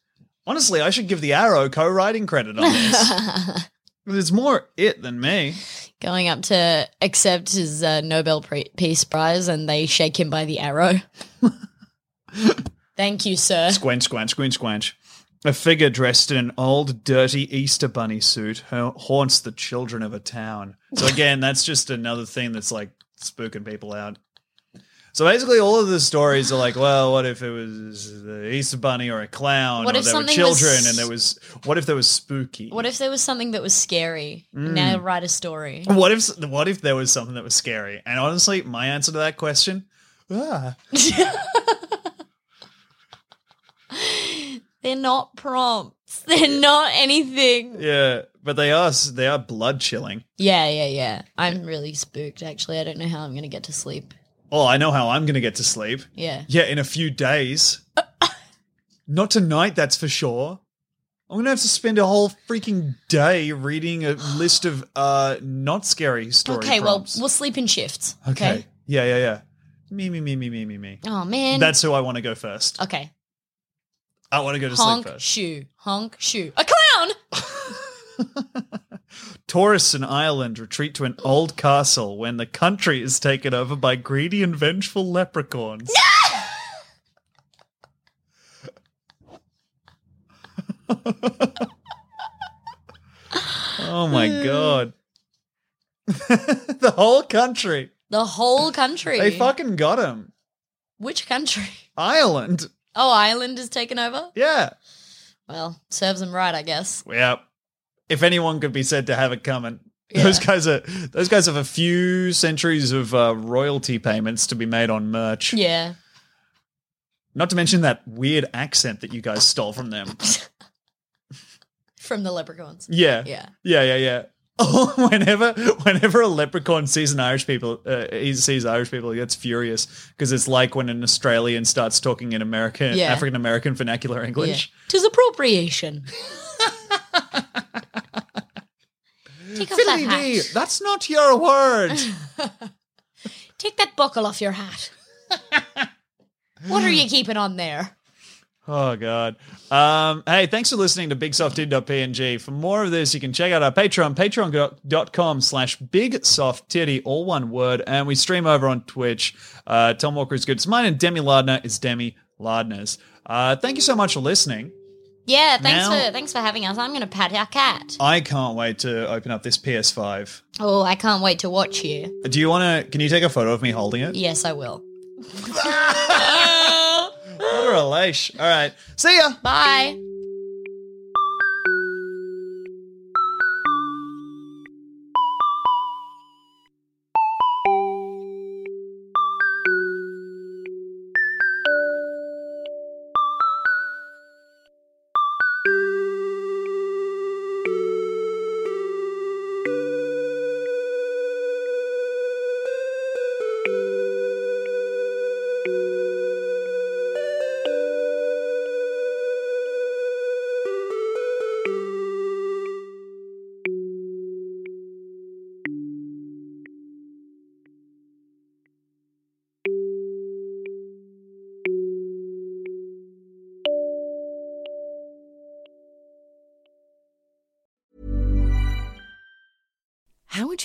Speaker 1: Honestly, I should give the Arrow co-writing credit on this. it's more it than me.
Speaker 2: Going up to accept his uh, Nobel Pre- Peace Prize, and they shake him by the arrow. Thank you, sir.
Speaker 1: Squinch, squinch, squinch, squinch. A figure dressed in an old, dirty Easter bunny suit ha- haunts the children of a town. So again, that's just another thing that's like spooking people out. So basically, all of the stories are like, well, what if it was the Easter bunny or a clown,
Speaker 2: What
Speaker 1: or
Speaker 2: if
Speaker 1: there were
Speaker 2: something
Speaker 1: children,
Speaker 2: was-
Speaker 1: and there was what if there was spooky?
Speaker 2: What if there was something that was scary?
Speaker 1: Mm.
Speaker 2: Now write a story.
Speaker 1: What if what if there was something that was scary? And honestly, my answer to that question, ah,
Speaker 2: They're not prompts. They're not anything.
Speaker 1: yeah, but they are s- they are blood chilling.
Speaker 2: Yeah, yeah, yeah. I'm really spooked. Actually, I don't know how I'm gonna get to sleep.
Speaker 1: Oh, I know how I'm going to get to sleep.
Speaker 2: Yeah.
Speaker 1: Yeah, in a few days. Not tonight, that's for sure. I'm gonna have to spend a whole freaking day reading a list of uh not scary story
Speaker 2: Okay,
Speaker 1: prompts.
Speaker 2: well, we'll sleep in shifts.
Speaker 1: okay.
Speaker 2: Okay.
Speaker 1: Yeah, yeah, yeah. Me, me, me, me, me, me, me.
Speaker 2: Oh man.
Speaker 1: That's who I want to go first.
Speaker 2: okay.
Speaker 1: I want to go to
Speaker 2: Honk
Speaker 1: sleep first.
Speaker 2: shoe. Honk shoe. A clown.
Speaker 1: Tourists in Ireland retreat to an old castle when the country is taken over by greedy and vengeful leprechauns. oh my god. the whole country.
Speaker 2: The whole country.
Speaker 1: They fucking got him.
Speaker 2: Which country?
Speaker 1: Ireland.
Speaker 2: Oh, Ireland is taken over.
Speaker 1: Yeah.
Speaker 2: Well, serves them right, I guess.
Speaker 1: Yeah. If anyone could be said to have it coming, those guys are those guys have a few centuries of uh, royalty payments to be made on merch.
Speaker 2: Yeah.
Speaker 1: Not to mention that weird accent that you guys stole from them.
Speaker 2: From the leprechauns.
Speaker 1: Yeah.
Speaker 2: Yeah.
Speaker 1: Yeah. Yeah. Yeah. Oh, whenever whenever a leprechaun sees an Irish people, uh, he sees Irish people, he gets furious because it's like when an Australian starts talking in American
Speaker 2: Yeah.
Speaker 1: African American vernacular
Speaker 2: Yeah.
Speaker 1: English.
Speaker 2: Tis appropriation. Take off that
Speaker 1: Fiddly
Speaker 2: hat.
Speaker 1: dee, that's not your word.
Speaker 2: Take that buckle off your hat. what are you keeping on there?
Speaker 1: Oh god. Um, hey, thanks for listening to BigSoftTitty.png. For more of this, you can check out our Patreon, patreon.com slash BigSoftTitty, all one word, and we stream over on Twitch. Uh, Tom Walker is good. It's mine, and Demi Lardner is Demi Lardner's. Uh, thank you so much for listening.
Speaker 2: Yeah, thanks
Speaker 1: Now-
Speaker 2: for thanks for having us. I'm gonna pat our cat.
Speaker 1: I can't wait to open up this PS5.
Speaker 2: Oh, I can't wait to watch you.
Speaker 1: Do you want to? Can you take a photo of me holding it?
Speaker 2: Yes, I will.
Speaker 1: What a relish. All right. See ya.
Speaker 2: Bye.
Speaker 5: How would